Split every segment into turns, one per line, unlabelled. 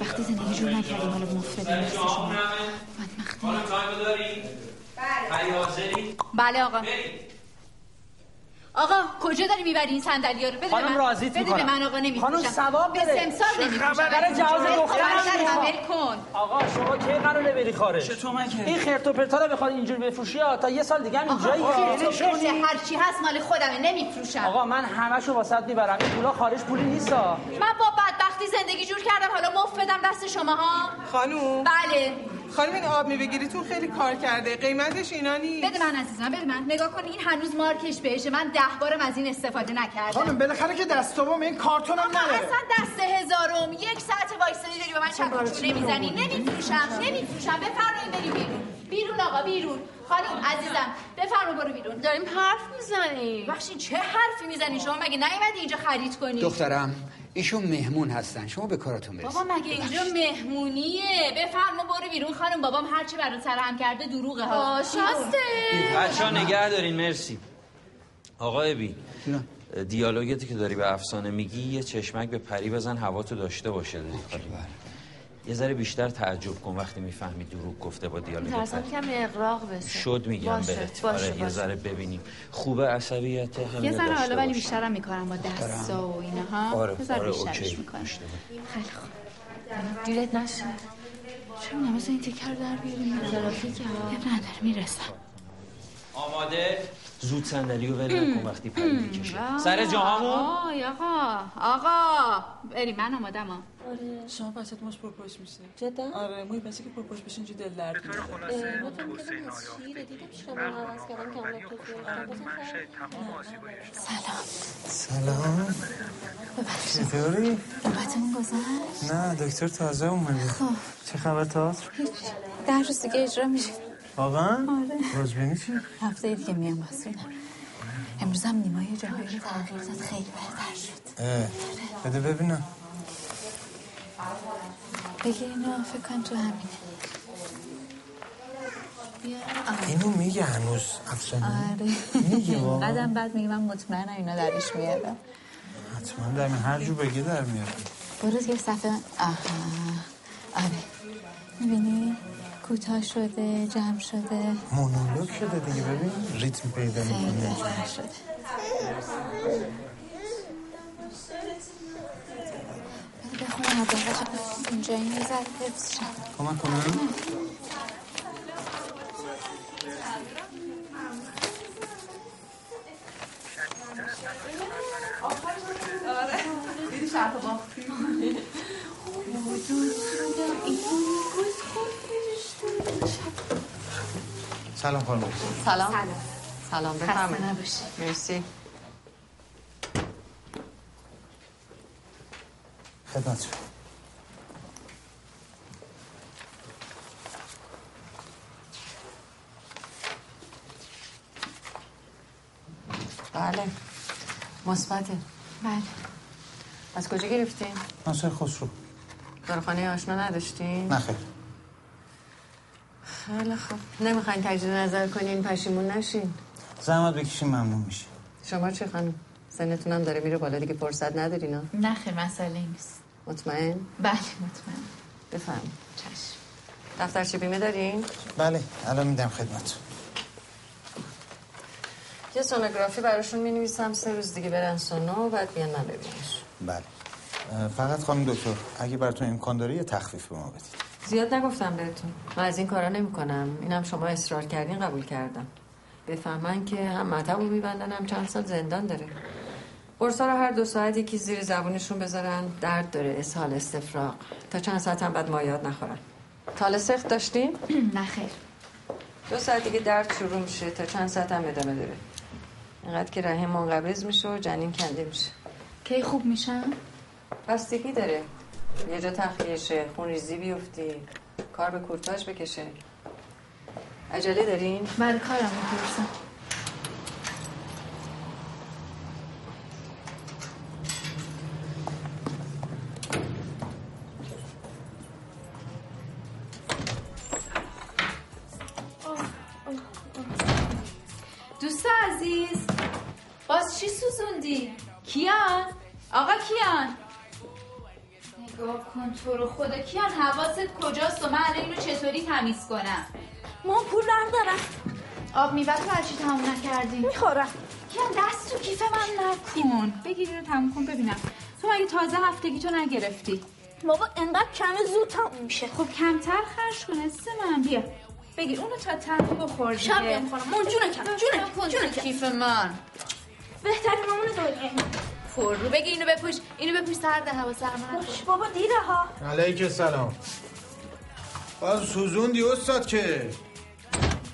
وقتی زندگی رو نکردیم حالا مفرد
سر شما
بدبختی
همه خانم تایم داری؟
بله
هری حاضری؟
بله آقا
بریم
آقا کجا داری میبری این صندلی رو بده به
خانم
من
راضیت
بده به
می‌کنم.
من آقا نمیفروشم
خانم ثواب
به
بده.
سمسار
چه
نمیفروشم
خبره؟ جواز دخترش می‌خوام.
ول کن
آقا شما کی قراره بری خارج
چطور من که
این خرت و پرتا رو بخواد اینجوری بفروشی ها تا یه سال دیگه هم اینجایی
خیلی
ولش کنی.
هر چی هست مال خودمه نمیفروشم
آقا من همشو واسط میبرم این پولا خارج پولی نیستا
من با بدبختی زندگی جور کردم حالا مفت بدم دست شماها
خانوم
بله
خانوم این آب میوه گیریتون خیلی کار کرده قیمتش اینا نیست
بده من عزیزم بده من نگاه کن این هنوز مارکش بهشه من ده بارم از این استفاده نکردم
خانم بالاخره که دست دوم این کارتون هم
آقا
نداره
اصلا دست هزارم یک ساعت وایستادی داری به من چکچونه میزنی نمیفروشم نمیفروشم بفرمایید بریم بیرون بیرون آقا بیرون خانم عزیزم بفرما برو بیرون
داریم حرف میزنیم
بخشین چه حرفی میزنی شما مگه نیومدی اینجا خرید کنی
دخترم ایشون مهمون هستن شما به کارتون برسید
بابا مگه اینجا مهمونیه بفرما برو بیرون خانم بابام هر چی برات سرهم کرده دروغه ها
شاسته
بچه ها نگه دارین مرسی آقای بی دیالوگتی که داری به افسانه میگی یه چشمک به پری بزن هوا تو داشته باشه داری کنی. یه ذره بیشتر تعجب کن وقتی میفهمی دروغ گفته با دیالوگ
ترسم
پری.
کم اقراق بشه
شد میگم
باشه،
بهت
باشه
آره یه
باشه
ذره ببینیم خوبه عصبیت همینو
یه ذره
داشته
حالا ولی
باش.
بیشترم میکنم با دستا و اینها
آره
یه ذره
آره
بیشترش
اوکی
میکنم
داشته باش.
دیرت نشه
چه میدونم مثلا این تیکر رو در بیاریم
ترافیک ها
عیب نداره میرسم
آماده زود صندلی رو ول نکن وقتی پری میکشه سر جاهامون
آقا آقا آقا بریم من آمادم ها
شما بچت ماش پرپوش میشه
آره. جدا
آره موی بچه که پرپوش بشه اینجوری دل درد می‌کنه.
من فهمیدم از شیره دیدم شیرم عوض کردم که هم لپتاپ گرفتم بازم فرق
سلام چطوری؟
نوبتمون گذشت خب.
نه دکتر تازه اومده چه خبر تاس؟
ده روز دیگه اجرا میشه
واقعا؟ آره چی؟
هفته دیگه میام باز بینم امروز هم نیمای جاهایی رو تغییر داد خیلی بهتر شد
اه، بده ببینم
بگیر اینو فکر کن تو همینه بیا
اینو میگه هنوز افسانه میگه
آره
واقعا؟
قدم بعد میگه من مطمئنم اینا درش میادم
حتما در میاد. هر جو بگه در میاد
برو یه صفحه آها آره میبینی کوتاه شده جمع شده
مونولوگ شده دیگه ببین ریتم پیدا
خیلی
میکنه
بهتر شده بذار بخونم از اول تا اینجا این میزد حفظ شد
کمک کنم؟ سلام خانم
سلام سلام بفرمایید
نباشه
مرسی
خدمت شما.
بله مثبته
بله
از کجا گرفتین
ناصر خسرو
کارخانه آشنا نداشتین
نه خیر
خیلی خوب نمیخواین تجدید نظر کنین پشیمون نشین
زحمت بکشین ممنون میشه
شما چه خانم سنتون هم داره میره بالا دیگه فرصت ندارین ها.
نه خیر مسئله نیست
مطمئن
بله مطمئن
بفهم
چشم
دفترچه بیمه دارین
بله الان میدم خدمت
یه سونوگرافی براشون می نویسم سه روز دیگه برن سونو و بعد بیان من ببینمش
بله اه، فقط خانم دکتر اگه براتون امکان داره یه تخفیف به ما بدید
زیاد نگفتم بهتون من از این کارا نمی کنم اینم شما اصرار کردین قبول کردم بفهمن که هم مطبو میبندن هم چند سال زندان داره قرصا رو هر دو ساعت یکی زیر زبونشون بذارن درد داره اسهال استفراغ تا چند ساعت هم بعد مایات نخورن تال سخت داشتیم
نه خیر
دو ساعت دیگه درد شروع میشه تا چند ساعت هم ادامه داره اینقدر که رحم منقبض میشه و جنین کنده میشه
کی خوب میشم
بستگی داره یه جا تخلیه شه خون ریزی بیفتی کار به کورتاش بکشه عجله دارین؟
بله کارم میپرسم
دوست عزیز باز چی سوزوندی؟ کیان؟ آقا کیان؟ نگاه
نگاه کن تو رو خدا کیان حواست کجاست و من الان اینو چطوری تمیز کنم
مام پول بردارم
آب میوه تو هرچی تموم نکردی
میخورم
کیان دست تو کیف من نکن بگیر اینو تموم کن ببینم تو مگه تازه هفتگی تو نگرفتی
بابا انقدر کمه زود تموم میشه
خب کمتر خرج کن عزیز من بیا بگیر اونو تا تموم بخور دیگه.
شب نمیخورم مام جون کم جون کم جون کم
کیف من
بهترین مامون دنیا
پر رو بگی اینو بپوش اینو بپوش سرد هوا سرما نکن.
باش بابا دیره ها
علیک سلام باز سوزوندی استاد که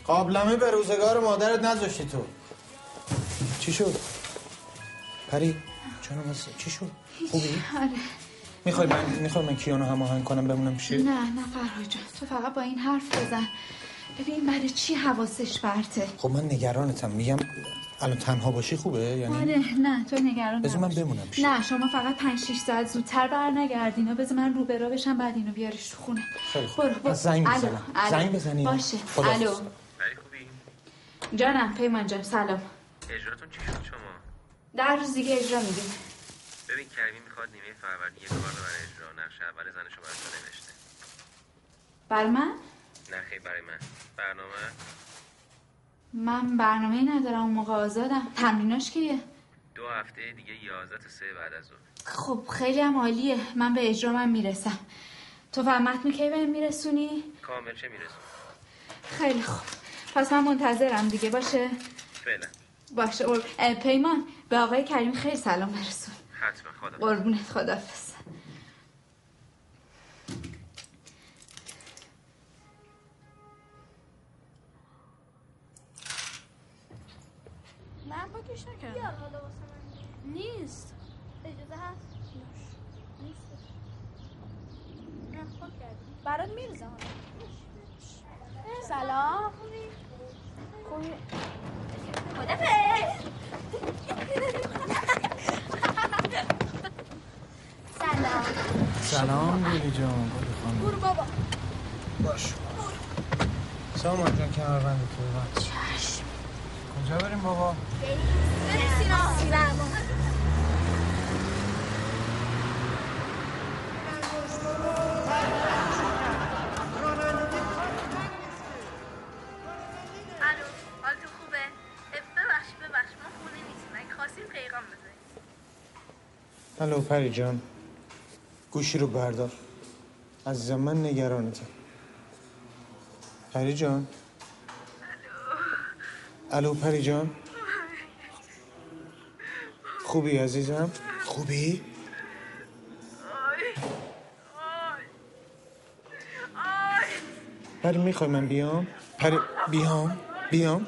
قابلمه به روزگار مادرت نذاشتی تو
چی شد؟ پری جانم از چی شد؟ خوبی؟
آره
میخوای من میخوای من کیانو هماهنگ کنم بمونم پیشه؟
نه نه فرهاد جان تو فقط با این حرف بزن ببین برای چی حواسش پرته
خب من نگرانتم میگم الان تنها باشی خوبه یعنی
آره نه تو نگران
بذار من
نباش.
بمونم پیش
نه شما فقط پنج شیش ساعت زودتر برنگردین اینا بذار من روبرا بشم بعد اینو بیاریش تو خونه
خیلی خوب.
برو، برو.
پس زنگ
الو،
بزنم.
الو.
زنگ بزنی.
باشه
خداحافظ.
الو جانم پیمان جان سلام
اجراتون چی شد شما؟
در روز دیگه اجرا میدیم
ببین کریمی میخواد نیمه فروردین یه کار برای اجرا نقش اول زن شما رو نوشته
بر من
نه خیلی برای من برنامه
من برنامه ندارم اون موقع آزادم تمریناش کیه
دو هفته دیگه 11 تا سه بعد از اون
خب خیلی هم عالیه من به اجرامم میرسم تو فقط متن کی بهم میرسونی
کامل چه میرسون
خیلی خوب پس من منتظرم دیگه باشه
فعلا
باشه قرب- اه، پیمان به آقای کریم خیلی سلام برسون
حتما خدا
قربونت خدافز
من پاکش نکردم بیا لباس من نیست اجازه هست نیست نه پاک کردم برات میرزم سلام خوبی خدافظ سلام
سلام گلی جان گلی خانم
برو بابا
باش سامان جان کمربند تو ببند کجا بریم بابا
بریم سینا سینا
الو حالتون خوبه ببخش ببخش ما خونه نیستیم اگه خواستیم پیغام بزنیم
الو پری جان گوشی رو بردار عزیزم من نگرانتم پری جان الو پری جان خوبی عزیزم خوبی پری میخوای من بیام پری بیام بیام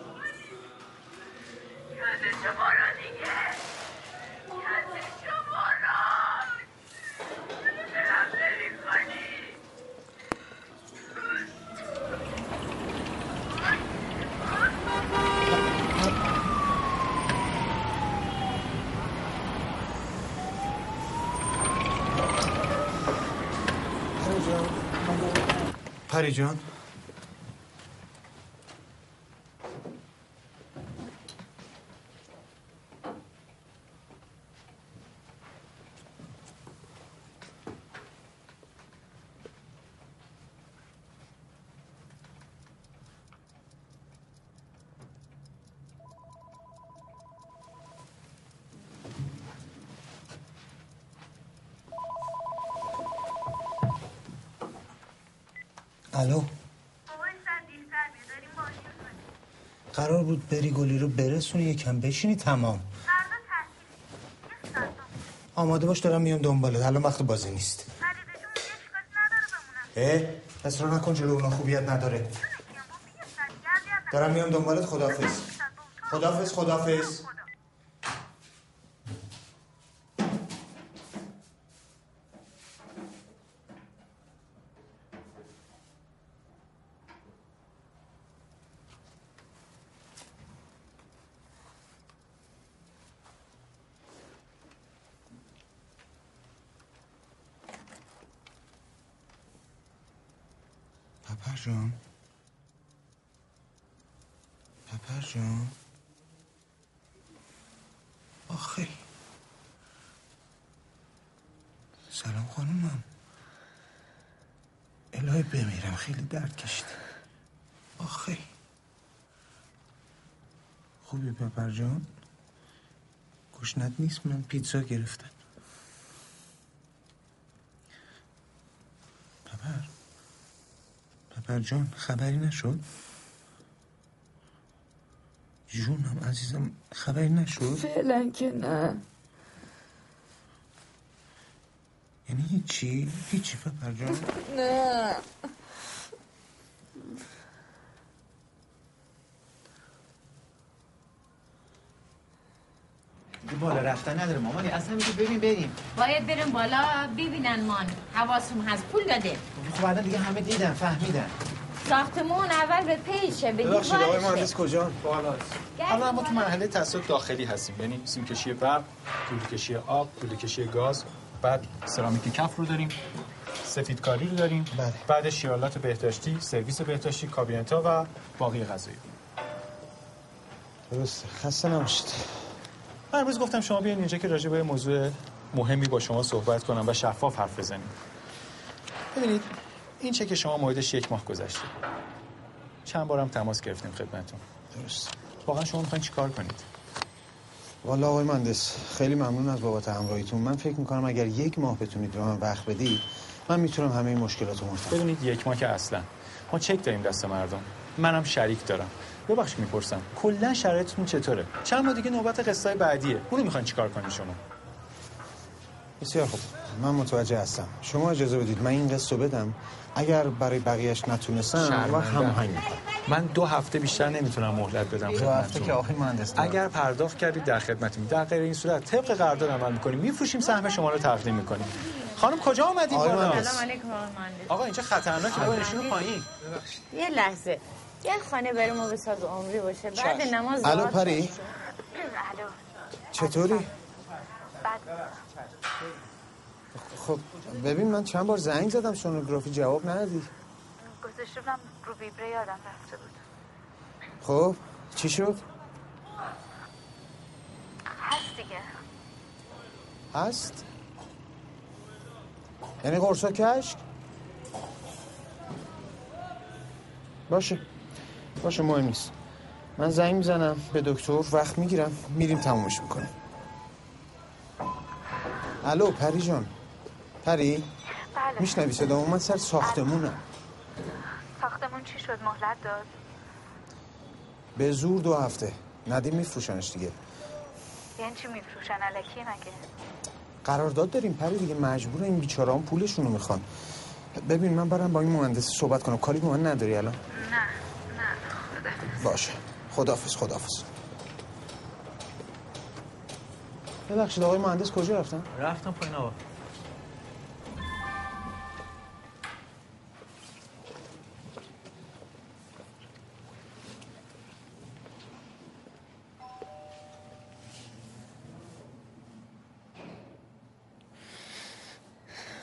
پری جان
الو
بابای سر دیرتر بیا داریم بازی می‌کنیم.
قرار بود بری گلی رو برسونی یکم بشینی تمام
فردا تعطیله. یه ساعت با هم.
آماده باش دارم میام دنبالت الان وقت بازی نیست
خریده جون یه چیکار نداره بمونم.
اه اصرار نکن جلو اونا خوبیت نداره
یه ساعت گرد یاد نگیر.
دارم میام دنبالت خدافز خدافز خدافز پپر جان پپر جان آخه سلام خانومم
الهی بمیرم خیلی درد کشید آخه خوبی پپر جان گشنت نیست من پیتزا گرفتم پپر پپر جان خبری نشد جونم عزیزم خبری نشد
فعلا که نه
یعنی هیچی هیچی پپر جان
نه
بالا رفتن نداره مامانی از همینجا ببین بریم
باید بریم بالا ببینن مان حواسم هست پول داده
خب الان دیگه همه دیدن فهمیدن
ساختمون اول به پیشه به
ببخشید آقای
دیوارشه.
مهندس کجا؟
حالا ما تو مرحله تصاد داخلی هستیم یعنی سیم کشی برق توله کشی آب توله کشی گاز بعد سرامیک کف رو داریم سفیدکاری رو داریم
بله.
بعد شیالات بهداشتی سرویس بهداشتی کابینت ها و باقی غذایی
درسته خسته نباشید
من امروز گفتم شما بیاین اینجا که راجع به موضوع مهمی با شما صحبت کنم و شفاف حرف بزنیم ببینید این چه که شما موعدش یک ماه گذشته چند بارم تماس گرفتیم خدمتتون
درست
واقعا شما میخواین چیکار کنید
والا آقای مهندس خیلی ممنون از بابت همراهیتون من فکر میکنم اگر یک ماه بتونید به من وقت بدید من میتونم همه این مشکلات رو مرتفع
بدونید یک ماه که اصلا ما چک داریم دست مردم منم شریک دارم ببخش میپرسم کلا شرایطتون چطوره چند ماه دیگه نوبت قصه بعدیه اونو میخواین چیکار کنید شما
بسیار خوب من متوجه هستم شما اجازه بدید من این قصد رو بدم اگر برای بقیهش نتونستم و هماهنگ می‌کنم.
من دو هفته بیشتر نمیتونم مهلت بدم
دو
خدمتتون.
هفته که آخه مهندس دارم.
اگر پرداخت کردید در خدمتیم در غیر این صورت طبق قرارداد عمل میکنیم میفروشیم سهم شما رو تقدیم میکنیم خانم کجا آمدید
آقای
بالا
سلام علیکم آقای مهندس.
آقا اینجا خطرناکه بابا نشونو پایین
یه لحظه یه خانه برای ما به ساز عمری باشه بعد
چشم.
نماز
الو،
دعا
پری؟
کنیم. الو
چطوری؟
بعد
خب ببین من چند بار زنگ زدم سونوگرافی جواب ندادی
گذاشته بودم رو ویبره یادم رفته بود
خب چی شد؟
هست دیگه
هست؟ یعنی قرصا کشک؟ باشه باشه مهم نیست من زنگ میزنم به دکتر وقت میگیرم میریم تمومش میکنیم الو پری جان پری؟
بله
میشنوی صدا من سر ساختمونم
ساختمون چی شد مهلت داد
به زور دو هفته ندیم میفروشنش دیگه
یعنی چی میفروشن علکی مگه
قرارداد داریم پری دیگه مجبور این بیچاره هم پولشون رو میخوان ببین من برم با این مهندس صحبت کنم کاری به من نداری الان
نه نه خدا
باشه خدافز خدافز ببخشید آقای مهندس کجا رفتن؟
رفتم پایین آقا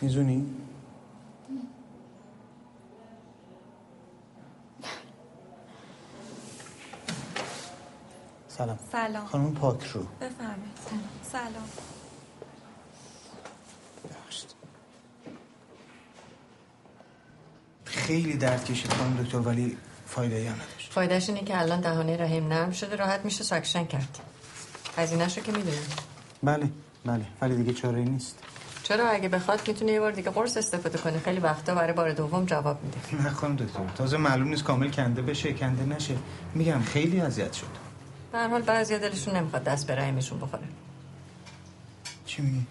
میزونی؟ سلام
سلام
خانم پاک رو
بفرمایید سلام
خیلی درد کشید خانم دکتر ولی فایده ای هم نداشت.
فایدهش اینه که الان دهانه رحم نرم شده راحت میشه ساکشن کرد هزینهش رو که میدونیم
بله بله ولی دیگه چاره نیست
چرا اگه بخواد میتونه یه بار دیگه قرص استفاده کنه خیلی وقتا برای بار دوم جواب میده
نه خانم دکتر تازه معلوم نیست کامل کنده بشه کنده نشه میگم خیلی اذیت شد
به هر حال بعضیا دلشون نمیخواد دست به رحمشون بخوره
چی میگی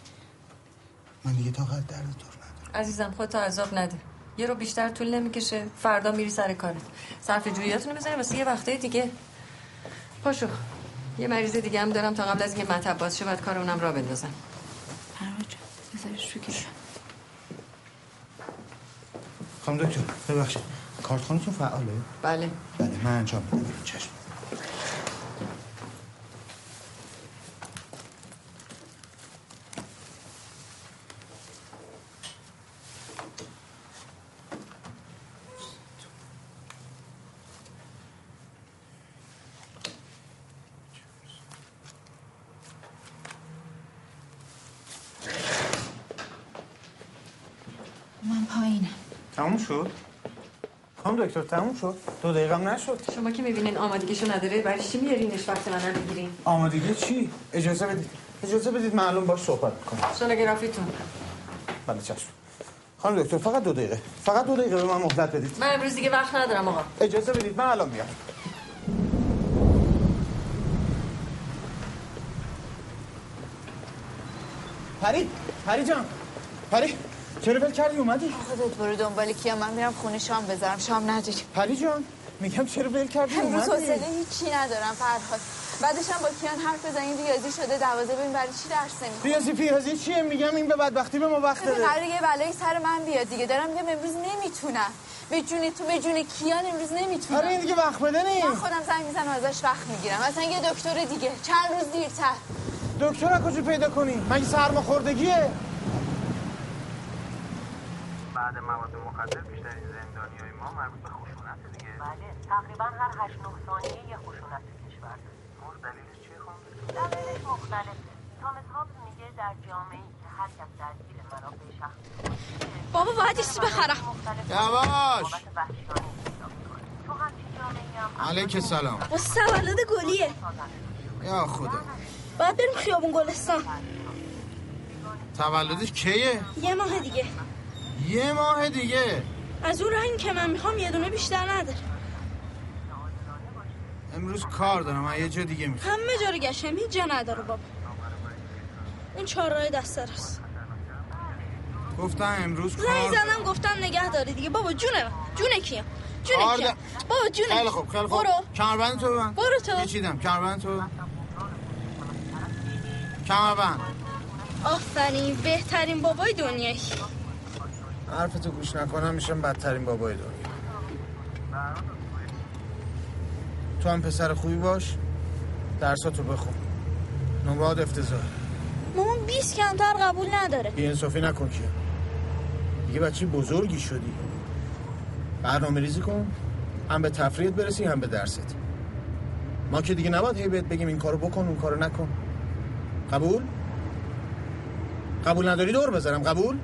من دیگه طاقت درد تو
عزیزم خودتو عذاب نده یه رو بیشتر طول نمیکشه فردا میری سر کارت صرف جوییاتونو بزنی واسه یه وقته دیگه پاشو یه مریض دیگه هم دارم تا قبل از اینکه مطب باز شه باید کار اونم را بندازم
بذارش تو کیفم.
خانم دکتر ببخشید کارت خانتون فعاله
بله
بله من انجام میدم چشم
من پایینم
تموم شد خانم دکتر تموم شد دو دقیقم نشد
شما که میبینین آمادگیشو نداره برای چی میارینش وقت منم میگیرین
آمادگی چی اجازه بدید اجازه بدید معلوم باش صحبت کنم
سونوگرافیتون
بله چشم خانم دکتر فقط دو دقیقه فقط دو دقیقه به من مهلت بدید
من امروز دیگه وقت ندارم آقا
اجازه بدید من الان میام پری پری جان پری چرا ول کردی اومدی
خودت برو دنبال کیا من میرم خونه شام بذارم شام نداریم
پری جان میگم چرا ول کردی
امروز
اومدی
حوصله هیچی ندارم فرهاد بعدش هم با کیان حرف بزنیم ریاضی شده دوازه ببین برای چی درس نمیخونی
ریاضی پیازی چیه میگم این به بدبختی به ما وقت
ببین
داره
قراره یه بلایی سر من بیاد دیگه دارم میگم امروز نمیتونم به جون تو به جون کیان امروز نمیتونم
آره، این دیگه وقت بدنی.
من خودم زنگ میزنم ازش وقت میگیرم اصلا یه دکتر دیگه چند روز دیرتر
دکتر از کجا پیدا کنی مگه سرماخوردگیه
بعد مواد مخدر بیشترین زندانی های ما مربوط به خشونت دیگه بله
تقریبا هر هشت نه ثانیه یه خشونت تو کشور
دلیلش چیه خانم
دلایلش مختلف تامس هابز میگه در جامعه ای که هر کس درگیر منابع شخصی
بابا باید یه چیزی بخرم
یواش علیک سلام
با سولد گلیه
یا خدا
باید بریم خیابون گلستان
تولدش کیه؟
یه ماه دیگه
یه ماه دیگه
از اون رنگ که من میخوام یه دونه بیشتر نداره
امروز کار دارم من یه جا دیگه میخوام
همه جا رو گشتم هیچ جا نداره بابا اون چهار راه دست است
گفتم امروز
زنگ
کار
زدم گفتم نگه داری دیگه بابا جونه من. جونه کیم جونه
کار
کیم
دارم.
بابا جونه
خیلی
کیم.
خوب خیلی خوب
برو
کمربند تو ببند
برو تو.
پیچیدم کمربند تو ببند کمربند
آفرین بهترین بابای دنیایی
حرف تو گوش نکنم میشم بدترین بابای دنیا بله. تو هم پسر خوبی باش درساتو بخون نمرات افتضاح
مامان 20 کمتر قبول نداره
بی انصافی نکن که دیگه بچه بزرگی شدی برنامه ریزی کن هم به تفریحت برسی هم به درست ما که دیگه نباید هی بهت بگیم این کارو بکن اون کارو نکن قبول؟ قبول نداری دور بزنم قبول؟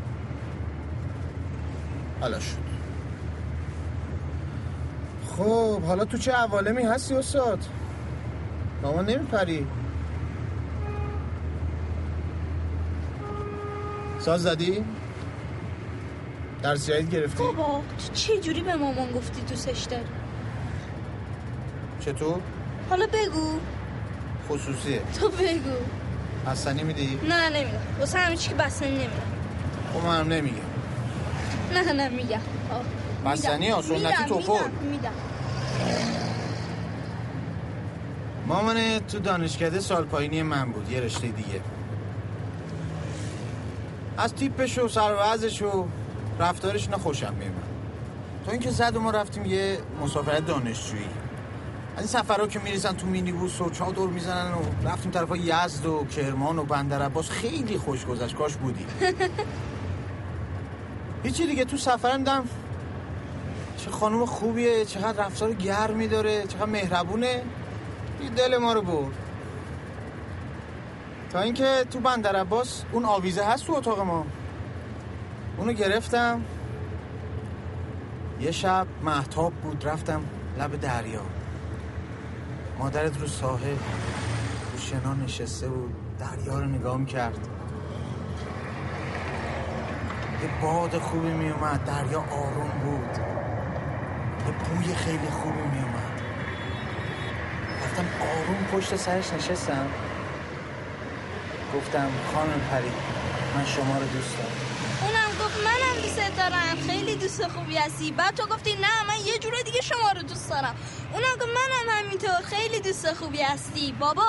حالا شد خب حالا تو چه عوالمی هستی استاد؟ مامان نمیپری ساز زدی؟ درس جدید گرفتی؟
بابا تو چه جوری به مامان گفتی دوستش داری
چطور؟
حالا بگو
خصوصیه
تو بگو
بستنی میدی؟
نه نمیدم واسه همه چی که بستنی نمیدم
خب منم نمیگم
نه نه میگم خب. آه.
بستنی
میدم.
ها، سنتی
میدم،
توفل.
میدم، میدم
مامان تو دانشکده سال پایینی من بود یه رشته دیگه از تیپش و سر و وضعش و رفتارش نه خوشم میومد تا اینکه زد و ما رفتیم یه مسافرت دانشجویی از این سفرها که میریزن تو مینیبوس و چادر میزنن و رفتیم طرف یزد و کرمان و بندر عباس خیلی خوش گذشت کاش بودی هیچی دیگه تو سفرم دم چه خانم خوبیه چقدر رفتار گرمی داره چقدر مهربونه این دل ما رو برد تا اینکه تو بندر عباس اون آویزه هست تو اتاق ما اونو گرفتم یه شب محتاب بود رفتم لب دریا مادرت رو ساحل رو شنا نشسته بود دریا رو نگاه کرد یه باد خوبی میومد دریا آروم بود یه بوی خیلی خوبی میومد رفتم آروم پشت سرش نشستم گفتم خانم پری من شما رو دوست دارم
اونم گفت منم دوست دارم خیلی دوست خوبی هستی بعد تو گفتی نه من یه جور دیگه شما رو دوست دارم اونم گفت منم همینطور خیلی دوست خوبی هستی بابا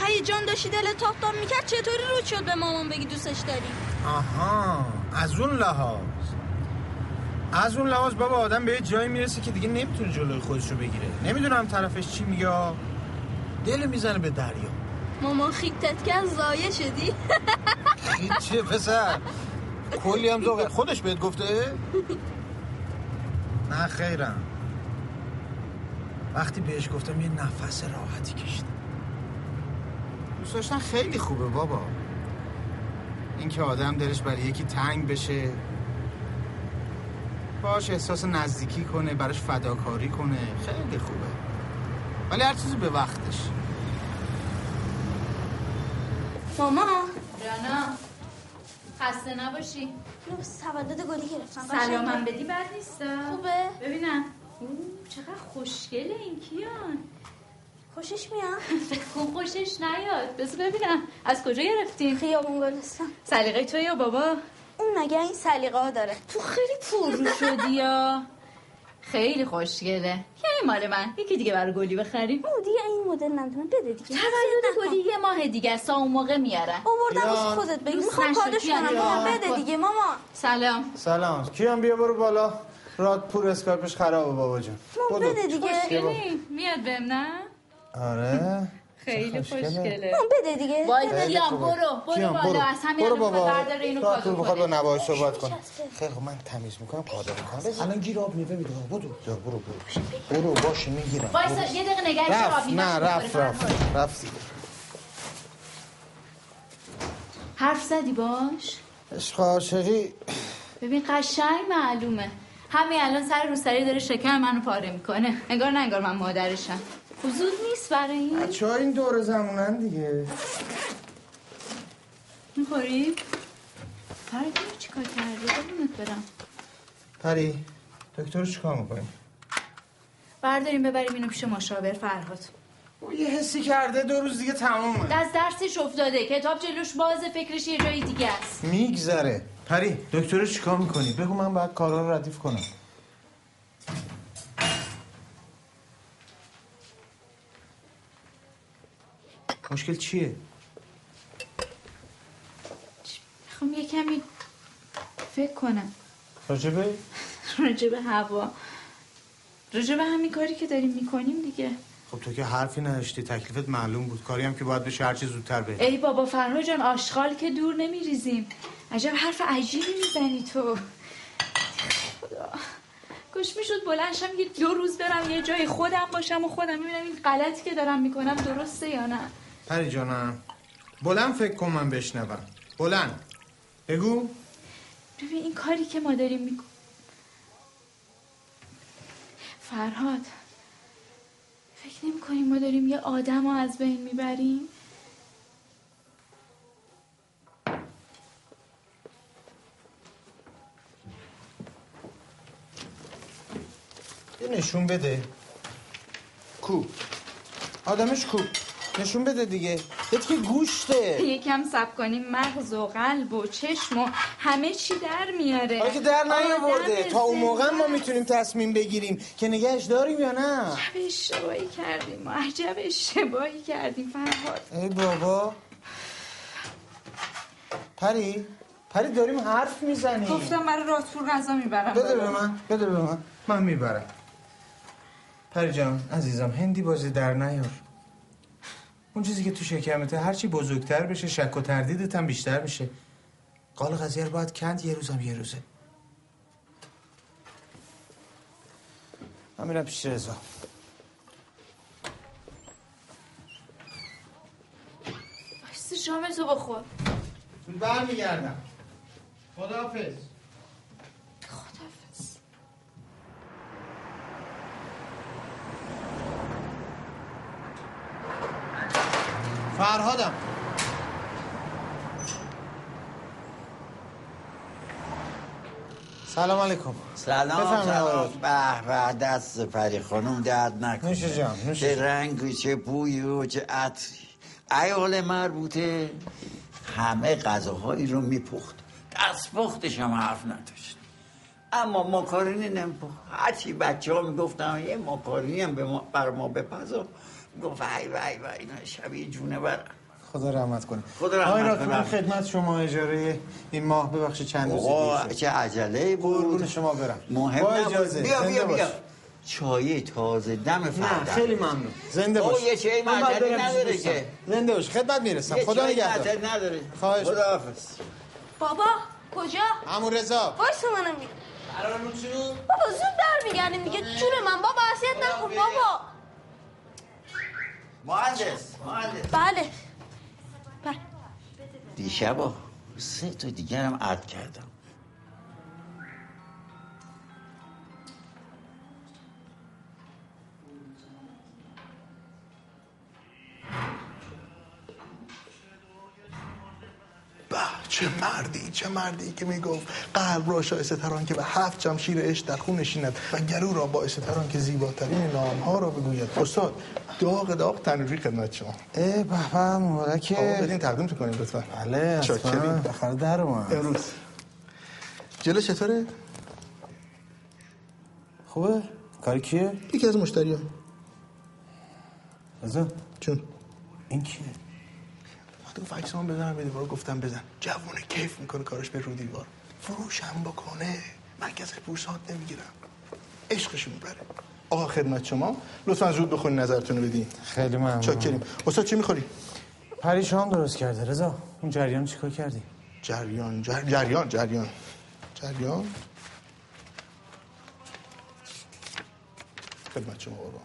هیجان داشتی دل تاپ تاپ میکرد چطوری رو شد به مامان بگی دوستش داری
آها از اون لحاظ از اون لحاظ بابا آدم به یه جایی میرسه که دیگه نمیتونه جلوی خودش رو بگیره نمیدونم طرفش چی میگه دل میزنه به دریا
مامان خیتت کرد زایه شدی
چه پسر کلی هم ذوقه خودش بهت گفته نه خیرم وقتی بهش گفتم یه نفس راحتی کشید دوست داشتن خیلی خوبه بابا اینکه آدم دلش برای یکی تنگ بشه
باش احساس نزدیکی کنه براش فداکاری کنه خیلی خوبه ولی هر چیزی به وقتش
ماما جانا خسته نباشی
لباس تولد گلی گرفتم
سلامم بدی بد نیستا
خوبه
ببینم اوه، چقدر خوشگله این کیان
خوشش میاد
خوب خوشش نیاد بس ببینم از کجا گرفتی
خیابون گلستان
سلیقه تو یا بابا
اون مگه این سلیقه ها داره
تو خیلی پول شدی یا خیلی خوشگله یعنی مال من یکی دیگه برای گلی بخریم
اون دیگه این مدل ندونه بده دیگه
تولد گلی یه ماه دیگه است تا اون موقع میارن
آوردم واسه خودت بگیر
دوست
میخوام
نشد،
کادوش
کیان.
کنم
کیان.
بده دیگه ماما
سلام
سلام کیان بیا برو بالا راد پور اسکارپش خرابه بابا جون
ماما
برو.
بده دیگه
خوشگلی میاد بهم نه
آره
خیلی
خوشگله.
خوشگله
ماما خب، بده دیگه
وای
خیلی
کیان
خوبه.
برو برو
کیان،
بالا از همین
برو
الان
بابا
بردار اینو
راد
کادو
پور بخواد با
کنه.
نوای صحبت کن خیلی خب من تمیز میکنم قادر میکنم بزن. الان گیر آب میوه میدونم بدو برو برو برو باشه میگیرم
وایسا یه دقیقه نگهش دار، آب
رفت
میوه‌ش
نه
بخوره.
رفت رفت رفت دیگه. خب.
حرف زدی باش
عشق و عاشقی
ببین قشنگ معلومه همین الان سر روسری داره شکم منو پاره میکنه انگار نه انگار من مادرشم حضور نیست برای این
چه این دور زمونن دیگه
میخوری؟ پره چیکار کردی؟ قربونت برم
پری دکتر چیکار میکنیم
برداریم ببریم اینو پیش مشاور فرهاد
یه حسی کرده دو روز دیگه تمومه
دست درسش افتاده کتاب جلوش بازه فکرش یه جای دیگه است
میگذره پری دکتر چیکار میکنی بگو من باید کارا رو ردیف کنم مشکل چیه
میخوام خب، یه کمی فکر کنم
راجبه
راجب هوا راجب همین کاری که داریم میکنیم دیگه
خب تو که حرفی نداشتی تکلیفت معلوم بود کاری هم که باید بشه هرچی زودتر
بله.
بهت
ای بابا فرها جان آشغال که دور نمیریزیم عجب حرف عجیبی میزنی تو خدا. کاش میشد بلنشم یه دو روز برم یه جای خودم باشم و خودم ببینم این غلطی که دارم میکنم درسته یا نه
پری جانم
بلند فکر کن من بشنوم بلند بگو
ببین این کاری که ما داریم میکن فرهاد فکر نمی کنیم ما داریم یه آدم رو از بین میبریم
یه نشون بده کو آدمش کو نشون بده دیگه یه که گوشته
یکم سب کنیم مغز و قلب و چشم و همه چی در میاره آره،
حالا آره که در نیاورده
آدم
تا اون موقع ما
زنده.
میتونیم تصمیم بگیریم که نگهش داریم یا نه
عجب اشتباهی کردیم ما عجب اشتباهی کردیم فرهاد
ای بابا پری پری داریم حرف میزنیم
آره.
گفتم برای راتپور غذا میبرم
بده به من بده به من من میبرم پری جان عزیزم هندی بازی در نیار اون چیزی که تو شکمته هرچی بزرگتر بشه شک و تردیدت هم بیشتر میشه قال قضیه رو باید کند یه روزم یه روزه من میرم پیش رضا
بایستی شامتو بخور
برمیگردم خداحافظ فرهادم
سلام علیکم
سلام
بفرمایید
سلام
آقا.
به به دست پری خانم درد نکنه
نوش جان، نوش
چه
جان.
رنگ و چه بوی و چه عطری ایال مربوطه همه غذاهایی رو میپخت دست پختش هم حرف نداشت اما ماکارونی نمیپخت هرچی بچه ها میگفتن یه ماکارونی هم به ما بر ما بپزا گفت وای وای وای اینا شبیه جونه
خدا رحمت کنه
خدا رحمت
آقای
کنه.
رادپور، خدمت شما اجاره این ماه ببخشید چند روز
آقا، چه عجله بود
قربون شما برم
مهم
با
نبود.
اجازه
بیا
زنده
بیا
باش.
بیا چای تازه دم فردا
خیلی ممنون. زنده
آقا،
باش.
یه چای
من باید
معدنی
برم پیش
نداره
دوستم.
که
زنده باش خدمت میرسم
یه
خدا
چای
نگهدار
معدنی نداره
خواهش
خداحافظ
بابا کجا
عمو رضا
وایس منم میگم
قرارمون چی بود آره.
بابا زود برمیگردیم دیگه جون من بابا اذیت نکن بابا
مهندس مهندس
بله
دیشبا سه تا دیگرم عد کردم
چه مردی چه مردی که میگفت قلب را شایسته تران که به هفت شمشیر اش در خون نشیند و گلو را باعث تران که زیباترین نام ها را بگوید استاد داغ داغ تنوری خدمت شما
ای بابا مبارکه
آقا بدین تقدیم کنیم لطفا
بله
چاکریم.
بخار در اومد.
امروز جلو چطوره؟
خوبه کار کیه
یکی از مشتریان
رضا
چون
این کیه
وقتی گفت عکسام بزن به دیوار گفتم بزن جوونه کیف میکنه کارش به رو دیوار فروشم بکنه مرکز بورسات نمیگیرم عشقشون بره آقا خدمت شما لطفا زود بخونین نظرتون رو بدین
خیلی ممنون
چاکریم استاد چی میخوری
پری شام درست کرده رضا اون جریان چیکار کردی
جریان جر... جریان جریان جریان خدمت شما قربان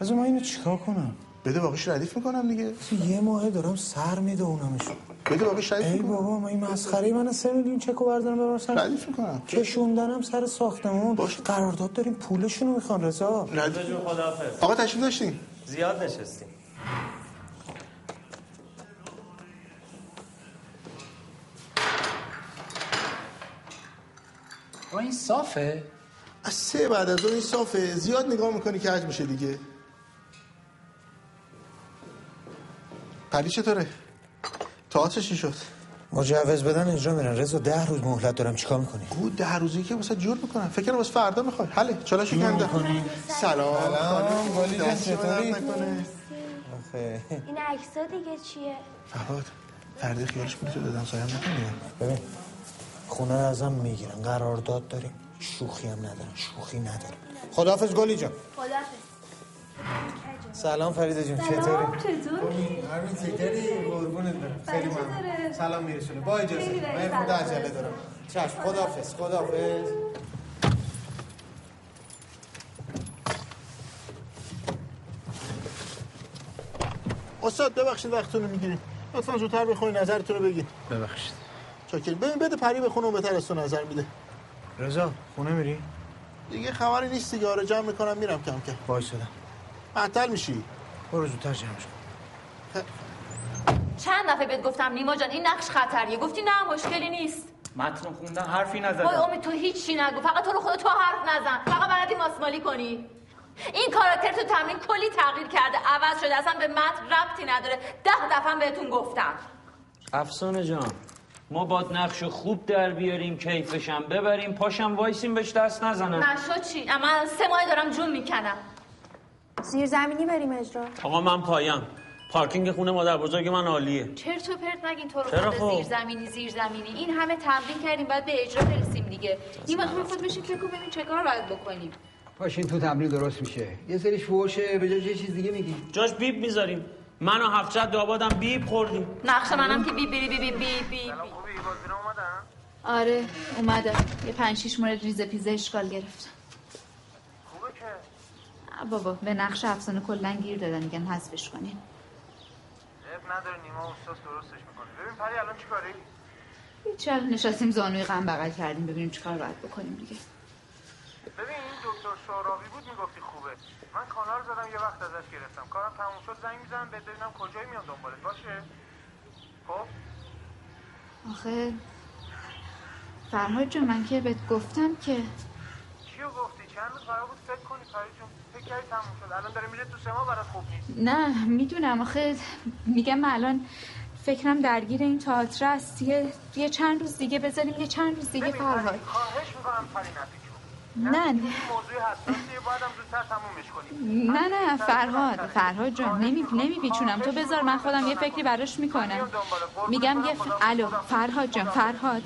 رضا من اینو چیکار کنم
بده باقیش ردیف میکنم دیگه
یه ماه دارم سر میدونمشون
بده باقیش ردیف
ای بابا من این مسخره من سه میلیون چکو بردارم ببرم سر
ردیف میکنم
کشوندنم سر ساختمون قرارداد داریم پولشون رو میخوان رضا
ردیف
جون خداحافظ
آقا تشریف داشتین
زیاد نشستیم
آقا این صافه از سه بعد از اون این صافه زیاد نگاه میکنی که حج میشه دیگه پری چطوره؟ تاعتش چی شد؟
مجوز بدن اجرا میرن رضا ده روز مهلت دارم چیکار میکنی؟
گو ده روزی که واسه جور میکنم فکر کنم واسه فردا میخوای حله چالا
جور
شکنده
می‌کنی؟
سلام
سلام، والی جان،
دست شما درد
چطوری؟
نکنه.
این عکسا دیگه چیه؟
فرهاد فردا خیالش پولی تو دادم سایم نکنیم
ببین خونه رو ازم میگیرن قرارداد داریم شوخی هم ندارم شوخی ندارم خداحافظ گلی جان
خدافظ
سلام فریده جون چطوری
چطوری؟
همین چطوری قربونت برم خیلی ممنون سلام میرسونه با اجازه
خیلی
من خدا عجله دارم چشم خدافظ خدافظ
استاد ببخشید وقتتون رو میگیریم لطفا زودتر بخونی نظرتون رو بگین
ببخشید
چاکریم ببین بده پری بخونه اون بهتر از تو نظر میده
رضا خونه میری
دیگه خبری نیست دیگه آره جمع میکنم میرم کم کم
وایسادم
معطل میشی
برو زودتر جمعش
چند دفعه بهت گفتم نیما جان این نقش خطریه گفتی نه مشکلی نیست
متن خوندن حرفی نزدم
وای امید تو هیچی نگو فقط تو رو خدا تو حرف نزن فقط بلدی ماسمالی کنی این کاراکتر تو تمرین کلی تغییر کرده عوض شده اصلا به متن ربطی نداره ده دفعه هم بهتون گفتم
افسانه جان ما باد نقش رو خوب در بیاریم کیفشم ببریم پاشم وایسیم بهش دست نزنم
نشو چی اما سه ماه دارم جون میکنم
زیرزمینی بریم اجرا
آقا من پایم پارکینگ خونه مادر بزرگ من عالیه
چرت و پرت نگین تو رو
چرا
خدا
خب؟
زیرزمینی زیرزمینی این همه تمرین کردیم باید به اجرا برسیم دیگه نیما تو خود بشین فکر کن ببین چه کار باید بکنیم
پاشین تو تمرین درست میشه یه سریش فوشه به جاش یه چیز دیگه میگی
جاش بیب میذاریم من و هفتصد دابادم بیب خوردیم
نقش منم که بی بی بی بی بی بی
آره اومدم یه پنج شیش مورد ریزه پیزه اشکال گرفتم
خوبه که
نه بابا به نقش افسانه کلا گیر دادن میگن حذفش کنین
اب نداره نیما استاد درستش میکنه ببین پری الان چیکاری
هیچ الان نشستیم زانوی غم بغل کردیم ببینیم چیکار باید بکنیم دیگه
ببین این دکتر شوراوی بود میگفتی خوبه من کانال زدم یه وقت ازش گرفتم کارم تموم شد زنگ میزنم بهت ببینم کجایی میام دنبالت باشه خب
آخه فرهاد جون من که بهت گفتم که
کیو گفتی چند روز قرار بود فکر کنی پری جون فکر کردی تموم شد الان داره میره تو سما برات خوب نیست
نه میدونم آخه میگم من الان فکرم درگیر این تئاتر است یه, یه چند روز دیگه بذاریم یه چند روز دیگه
ببین،
فرهاد
خواهش میکنم پری نپیچون
نه نه
یعنی این موضوع حساسیه بایدم زودتر تمومش کنیم
نه نه فرهاد فرهاد جون نمی نمیپیچونم تو بذار من خودم یه فکری براش میکنم میگم یه ف- الو فرهاد جون فرهاد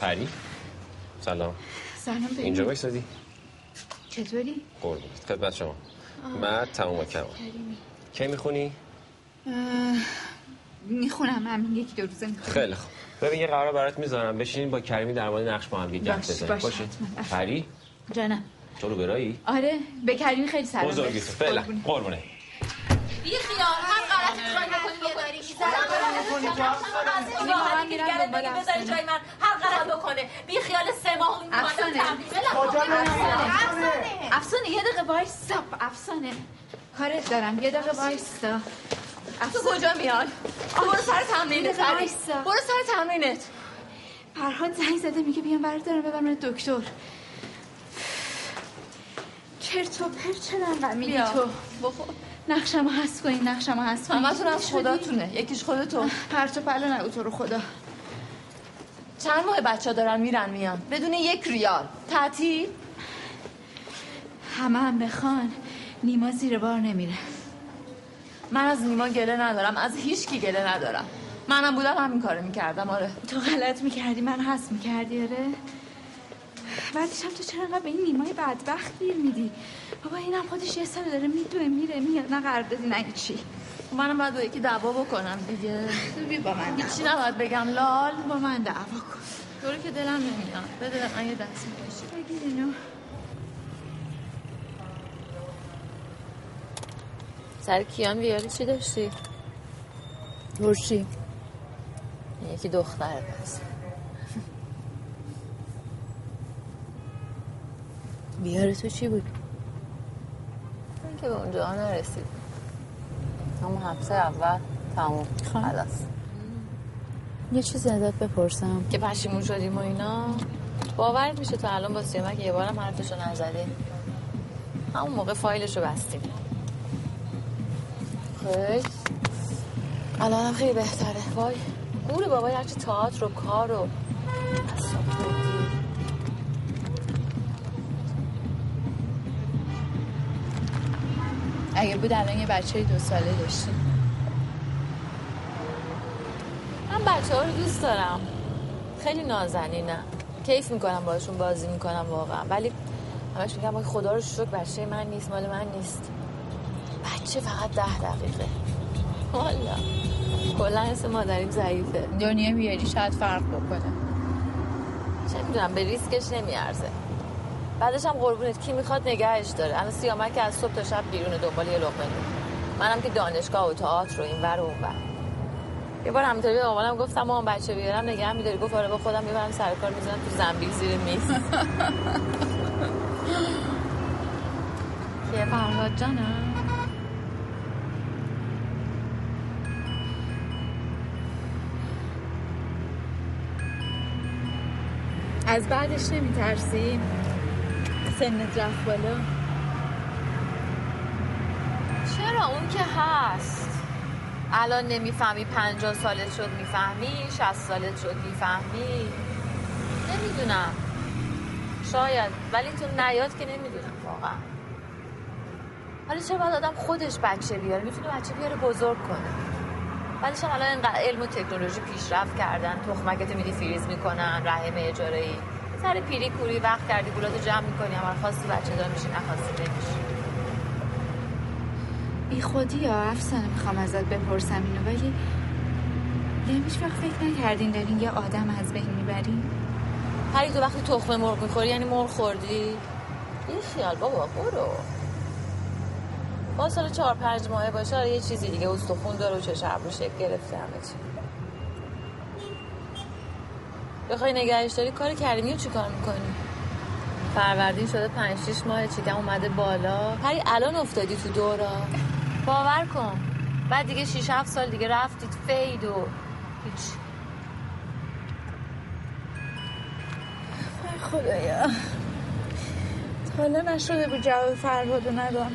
پری
سلام
سلام بگو.
اینجا وایسادی
چطوری؟
قربونت خدمت شما من تمام و کمال
کریمی.
کی میخونی
اه، میخونم همین یکی دو روزه میخونم
خیلی خوب ببین یه قرار برات میذارم بشین با کریمی در مورد نقش با هم دیگه گپ
باش،
بزنیم
باش،
باشه
حتما.
پری
جانم
تو رو برایی
آره به کریمی خیلی سلام
بزرگی
برس.
تو فعلا قربونه
بی خیال هر غلطی می‌خوای بکنی یه داری واقعا میرم دنبال افسانه جای من هر قرار بکنه بی خیال سه ماه اون اومدم
افسانه.
تبریز. بله،
کجا
خب،
میری؟
افسانه.
افسانه یه دقیقه وایستا افسانه کارت دارم یه دقیقه وایستا
تو کجا میای؟ برو سر تمرینت
آه،
فرید
وایسا.
برو سر تمرینت
فرهاد زنگ زده میگه بیام بردارم ببرم دکتر چرت و پرت چرا میگی
بیا.
تو بخور نقشم هست کنی نقشم هست کنی
همتون از خداتونه یکیش خودتون
پرچ و پله نگو تو رو خدا
چند ماه بچه ها دارن میرن میان بدون یک ریال تعطیل
همه هم بخوان نیما زیر بار نمیره
من از نیما گله ندارم از هیچ کی گله ندارم منم بودم همین کارو میکردم آره
تو غلط میکردی من هست میکردی آره بعدش هم تو چرا انقدر به این نیمای بدبخت گیر میدی بابا اینم خودش یه سر داره میدوه میره میاد نه قرار دادی نه هیچی
خب، منم باید با یکی دعوا بکنم دیگه
تو بی با من
هیچی نباید بگم لال
با من دعوا کن
دوره که دلم نمیاد بده من یه دست میکشی
بگیر اینو
سر کیان ویاری چی داشتی؟
روشی
یکی دختر پس
بیار تو چی بود؟
من که به اونجا نرسید همون هفته اول تموم
خب.
خلاص
یه چیزی ازت بپرسم
که پشیمون شدیم و اینا باورت میشه تا الان با سیامک یه بارم حرفشو نزدی همون موقع فایلشو بستیم خیلی الانم خیلی بهتره وای گول بابای هرچی تئاتر و کار و اعصاب خوردی.
اگه بود الان یه بچه دو ساله داشتی
من بچه ها رو دوست دارم خیلی نازنینم کیف میکنم باشون بازی میکنم واقعا ولی همش میگم وای خدا رو شکر بچه من نیست مال من نیست بچه فقط ده دقیقه والا کلا حس مادریم ضعیفه
دنیا بیاری شاید فرق بکنه
چه میدونم به ریسکش نمیارزه بعدش هم قربونت کی میخواد نگهش داره الان سیامک از صبح تا شب بیرون دنبال یه لقمه نون منم که دانشگاه و تئاتر رو اینور و اونور یه بار همینطوری به مامانم گفتم مامان بچه بیارم نگه میداری گفت آره با خودم میبرم سر کار میزنم تو زنبیل زیر میز
یه فرهاد جانم
از بعدش نمیترسی؟ سنت رفت بالا
چرا اون که هست الان نمیفهمی پنجاه سالت شد میفهمی شست سالت شد میفهمی نمیدونم شاید ولی تو نیاد که نمیدونم واقعا حالا چرا باید آدم خودش بچه بیاره میتونه بچه بیاره بزرگ کنه بعدش هم الان اینقدر علم و تکنولوژی پیشرفت کردن تخمکت میدی فریز میکنن رحم اجاره ای سر پیری کوری وقت کردی گولاتو جمع میکنی اما خواستی بچه دار میشی نخواستی نمیشی
بی خودی یا افسانه میخوام ازت بپرسم اینو ولی یعنی هیچ وقت فکر نکردین دارین یه آدم از بین میبرین
پری تو وقتی تخم مرغ میخوری یعنی مرغ خوردی این خیال بابا برو با سال چهار پنج ماهه باشه آره یه چیزی دیگه استخون داره و چش ابرو شکل گرفته همه چی بخوای نگهش داری کار کریمی رو چیکار میکنی فروردین شده پنج شیش ماه چیکم اومده بالا پری الان افتادی تو دورا باور کن بعد دیگه شیش هفت سال دیگه رفتید فید و هیچ
خدایا تا حالا نشده بود جواب فرهادو ندم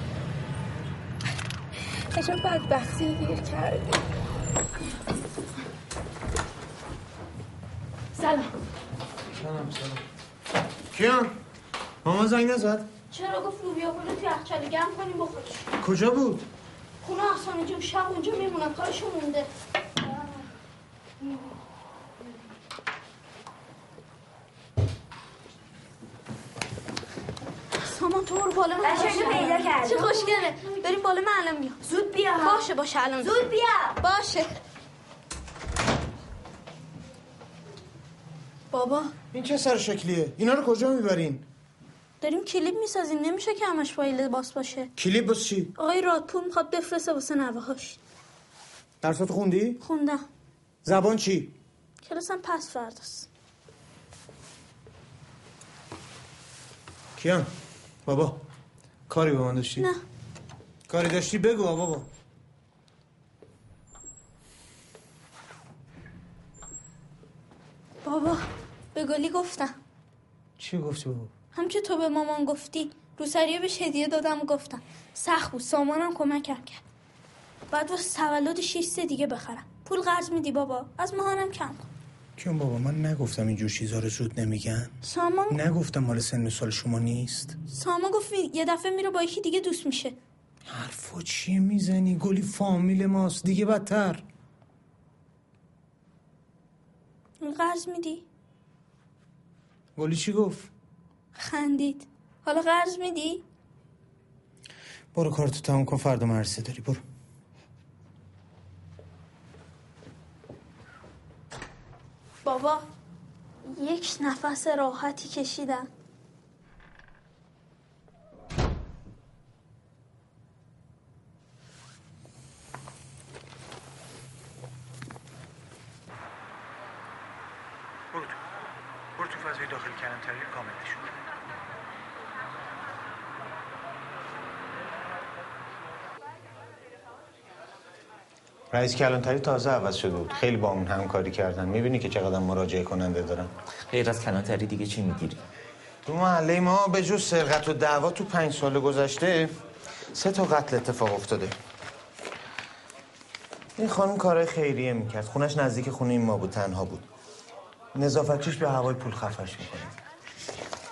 عجب بدبختی گیر کردی
سلام
سلام سلام کیان مامان زنگ نزد
چرا گفت لوبیا پلو توی یخچال گرم کنیم بخورش
کجا بود
خونه افسانه جون شب اونجا میمونم کارشون مونده سامان تو برو بالا من
بچه اینو پیدا کردم.
چه خوشگله بریم بالا من الان میام زود بیا باشه باشه الان
زود
بیا باشه بابا
این چه سر شکلیه اینا رو کجا میبرین
داریم کلیپ میسازیم نمیشه که همش با این لباس باشه
کلیپ بس چی
آقای رادپور میخواد بفرسته واسه نوهاش
درسات خوندی؟
خوندم
زبان چی؟
کلاسم پس فرداست
کیان بابا کاری به من داشتی؟
نه
کاری داشتی بگو آ بابا
بابا به گلی گفتم
چی گفتی بابا؟
همچه تو به مامان گفتی روسریه بهش هدیه دادم و گفتم سخت بود سامانم کمکم کرد بعد واسه تولد شیست دیگه بخرم پول قرض میدی بابا از ماهانم کم کن
کیان بابا من نگفتم اینجور چیزها رو زود نمیگن
سامان
نگفتم مال سن و سال شما نیست
سامان گفت می- یه دفعه میره با یکی دیگه دوست میشه
حرفا چی میزنی گلی فامیل ماست دیگه بدتر
قرض میدی
گلی چی گفت
خندید حالا قرض میدی
برو کارتو تموم کن فردا مرسی داری برو
بابا یک نفس راحتی کشیدم
برو تو برو تو فضای داخل کلانتری کامل نشون
رئیس کلانتری تازه عوض شده بود خیلی با اون همکاری کردن میبینی که چقدر مراجعه کننده دارن
غیر از کلانتری دیگه چی میگیری
تو محله ما به جز سرقت و دعوا تو پنج سال گذشته سه تا قتل اتفاق افتاده این خانم کارهای خیریه میکرد خونش نزدیک خونه این ما بود تنها بود نظافتچیش به هوای پول خفش میکنه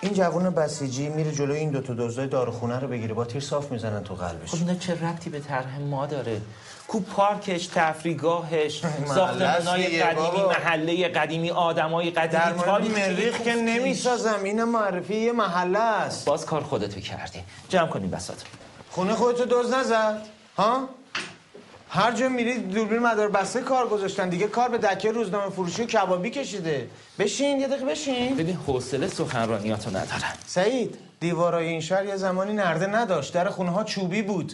این جوون بسیجی میره جلوی این دوتا دزدای داروخونه رو بگیره با تیر صاف میزنن تو قلبش
خب اینا چه ربطی به طرح ما داره کو پارکش تفریگاهش ساختمانای
دیگه،
قدیمی
بابا.
محله قدیمی آدمای قدیمی
در مورد
تاریخ
مریخ که نمیسازم این معرفی یه محله است
باز کار خودتو کردی جمع کنیم بسات
خونه خودتو دوز نزد ها هر جا میری دوربین مدار بسته کار گذاشتن دیگه کار به دکه روزنامه فروشی و کبابی کشیده بشین یه دقیقه بشین
ببین حوصله سخنرانیاتو ندارم
سعید دیوارای این شهر یه زمانی نرده نداشت در خونه ها چوبی بود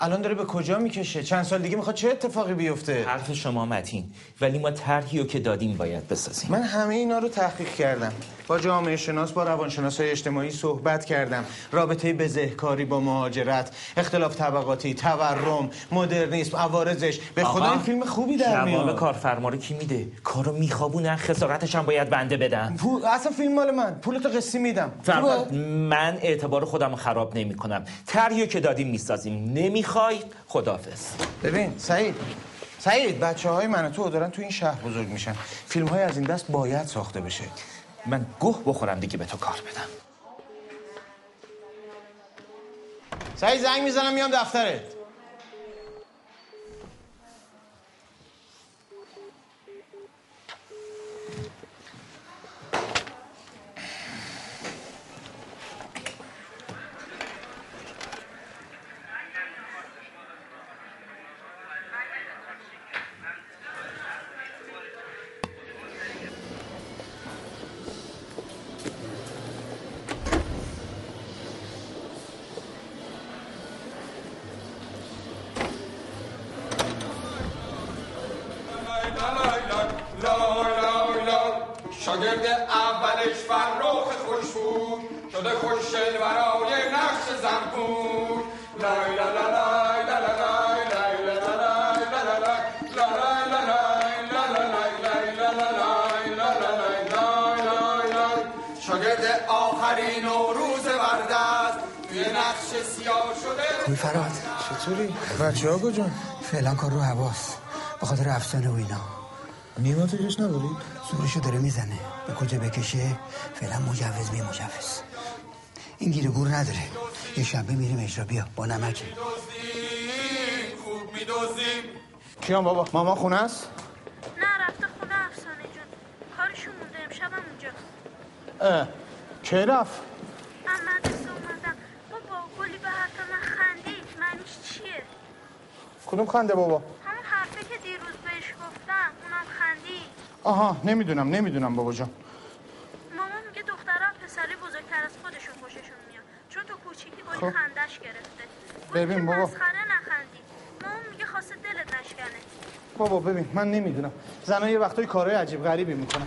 الان داره به کجا میکشه چند سال دیگه میخواد چه اتفاقی بیفته
حرف شما متین ولی یعنی ما طرحی رو که دادیم باید بسازیم
من همه اینا رو تحقیق کردم با جامعه شناس با روانشناس های اجتماعی صحبت کردم رابطه بزهکاری با مهاجرت اختلاف طبقاتی تورم مدرنیسم عوارضش به خدا
آقا،
این فیلم خوبی در
جواب
میاد
کارفرما رو کی میده کارو میخوابونن خسارتش هم باید بنده بدن
پول اصلا فیلم مال من پولتو قسطی میدم خب.
فردا من اعتبار خودم رو خراب نمی کنم تریو که دادیم میسازیم نمیخوای خدافز
ببین سعید سعید بچه های من و تو دارن تو این شهر بزرگ میشن فیلم های از این دست باید ساخته بشه
من گه بخورم دیگه به تو کار بدم
سعید زنگ میزنم میام دفترت
شاگرد اولش فرخ خوش بود شده خوش برای نقش زنبور لای لا لا لای لا لا لای لای لا لا لای لا لا لای لا لای لا لای لا لا لای لای لا لا لای لا لا لای لای لای لای. شاگرد آخرین و روز بردست توی نقش سیاه شده
کوی فراد
چطوری؟ بچه ها کجا؟
فعلا کار رو هواست به خاطر افسانه و اینا
نیما تو جاش نداری؟
زورشو داره میزنه به کجا بکشه فعلا مجوز بی مجوز این گیر و گور نداره یه شنبه میریم اجرا بیا با نمکه
خوب میدوزیم
کیان بابا ماما خونه است
نه رفته خونه افسانه جون کارشون مونده امشبم اونجا
اه، کی رفت
من مدرسه اومدم بابا گلی به حرف من خندید معنیش چیه
کدوم خنده بابا
همون حرفه که دیروز بهش گفتم اونم خندید
آها نمیدونم نمیدونم بابا جان
مامان میگه دخترها پسری بزرگتر از خودشون خوششون میاد چون تو کوچیکی گلی
خب.
خندش گرفته گلی
ببین
که
بابا.
مسخره نخندی مامان میگه خواسته دلت نشکنه
بابا ببین من نمیدونم زنها یه وقتای کارهای عجیب غریبی میکنن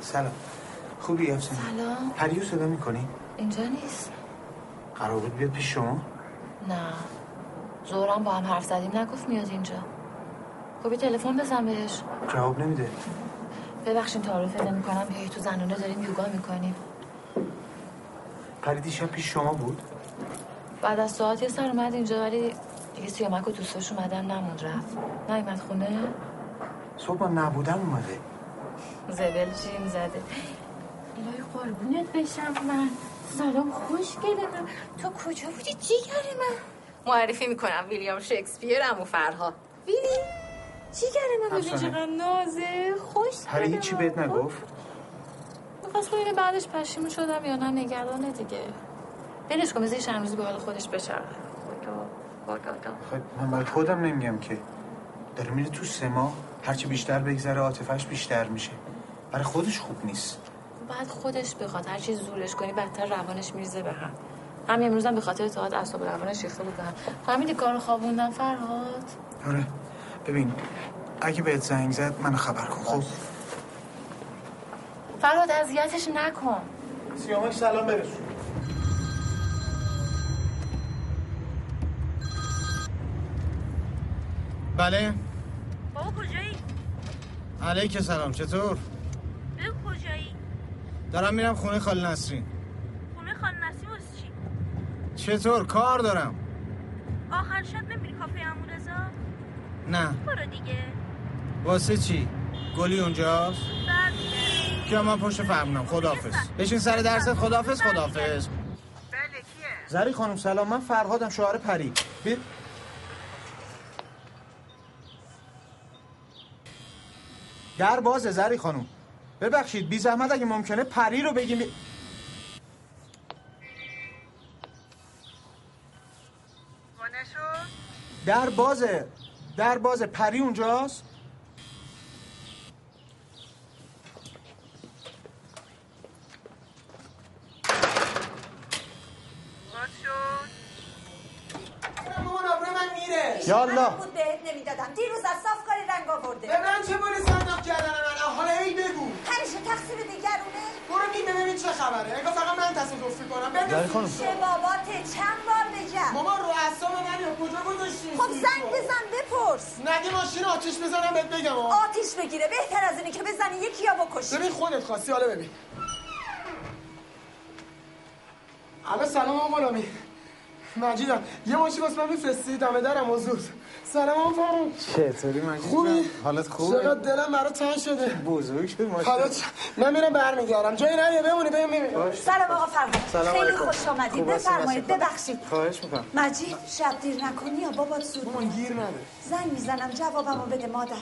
سلام خوبی افسانه
سلام.
پریو صدا میکنی
اینجا نیست
قرار بود بیاد پیش شما
نه زورم با هم حرف زدیم نگفت میاد اینجا خب یه تلفن بزن بهش
جواب نمیده
ببخشید تعارف نمی کنم بیایی تو زنونه داریم یوگا میکنیم
پری دیشب پیش شما بود
بعد از ساعت یه سر اومد اینجا ولی دیگه سیامک و دوستاش اومدن نموند رفت نیومد خونه
صبح من نبودم اومده
زبل چی زده
الهی قربونت بشم من سلام خوشگله من تو کجا بودی جیگر من
معرفی میکنم ویلیام شکسپیر امو فرها
ویلی جیگر من ببین
افسانه.
چقدر نازه خوش
پری هیچی بهت نگفت
میخواست ببینه بعدش پشیمون شدم یا نه نگرانه دیگه بلش کن بذار یه چند روز به حال خودش بچرخه
خب من برای خودم نمیگم که داره میره تو سه ماه هرچی بیشتر بگذره عاطفش بیشتر میشه برای خودش خوب نیست
بعد خودش بخواد هر چی زورش کنی بدتر روانش میریزه به هم همین امروز هم به خاطر اطاعت اعصاب روانش ریخته بود به هم فهمیدی کارو خوابوندن فرهاد
آره ببین اگه بهت زنگ زد منو خبر کن خب
فرهاد اذیتش نکن
سیامک سلام برسون بله
بابا کجایی؟
علیک سلام چطور
بگو کجایی؟
دارم میرم خونه خاله نسرین
خونه خان نسیم واسه چی؟
چطور کار دارم
آخر شب نمیری کافه امون رضا؟
نه
برو دیگه
واسه چی گلی اونجاست
زودتر بیا.
که من پشت فرمونم خداحافظ بشین سر درست خداحافظ خداحافظ
زری خانم سلام من فرهادم شوهر پری بیر
در بازه زری خانم ببخشید بی زحمت اگه ممکنه پری رو بگیم بی- در بازه در بازه پری اونجاست
اون آبرو من میره
یالا.
منم بود بهت نمیدادم دیروز از صاف کاری رنگ آورده
به من چه
باری
صندوق کردن من حالا هی بگو
هرشه تقصیر دیگرونه
برو میبه ببین چه خبره انگار فقط من تصادف میکنم بگو
چه
زاری خانم.
باباته چند بار بگم
مامان رو اعصاب منی و کجا گذاشتی
خب زنگ بزن بپرس
نگه ماشین آتیش بزنم بهت بگم آه.
آتیش بگیره بهتر از اینه که بزنی یکی یا بکشی
ببین خودت خواستی حالا ببین الو سلام آقا غلامی مجیدم یه ماشین واسه من میفرستی دم درم و زود سلام آقا فرهاد.
چطوری مجید
خوبی؟
جان؟ حالت خوبه؟
چقدر دلم برای تنگ شده
بزرگ شد
حالا چ- من میرم برمیگردم جایی نریه بمونی ببین میبینم
سلام آقا فرهاد
سلام
خیلی
علیکم.
خوش آمدید
خوب هستی، مسیح
بفرمایید
خدا.
ببخشید
خواهش میکنم
مجید شب دیر نکنی یا بابات زود من
گیر نده
زنگ میزنم جوابمو بده مادر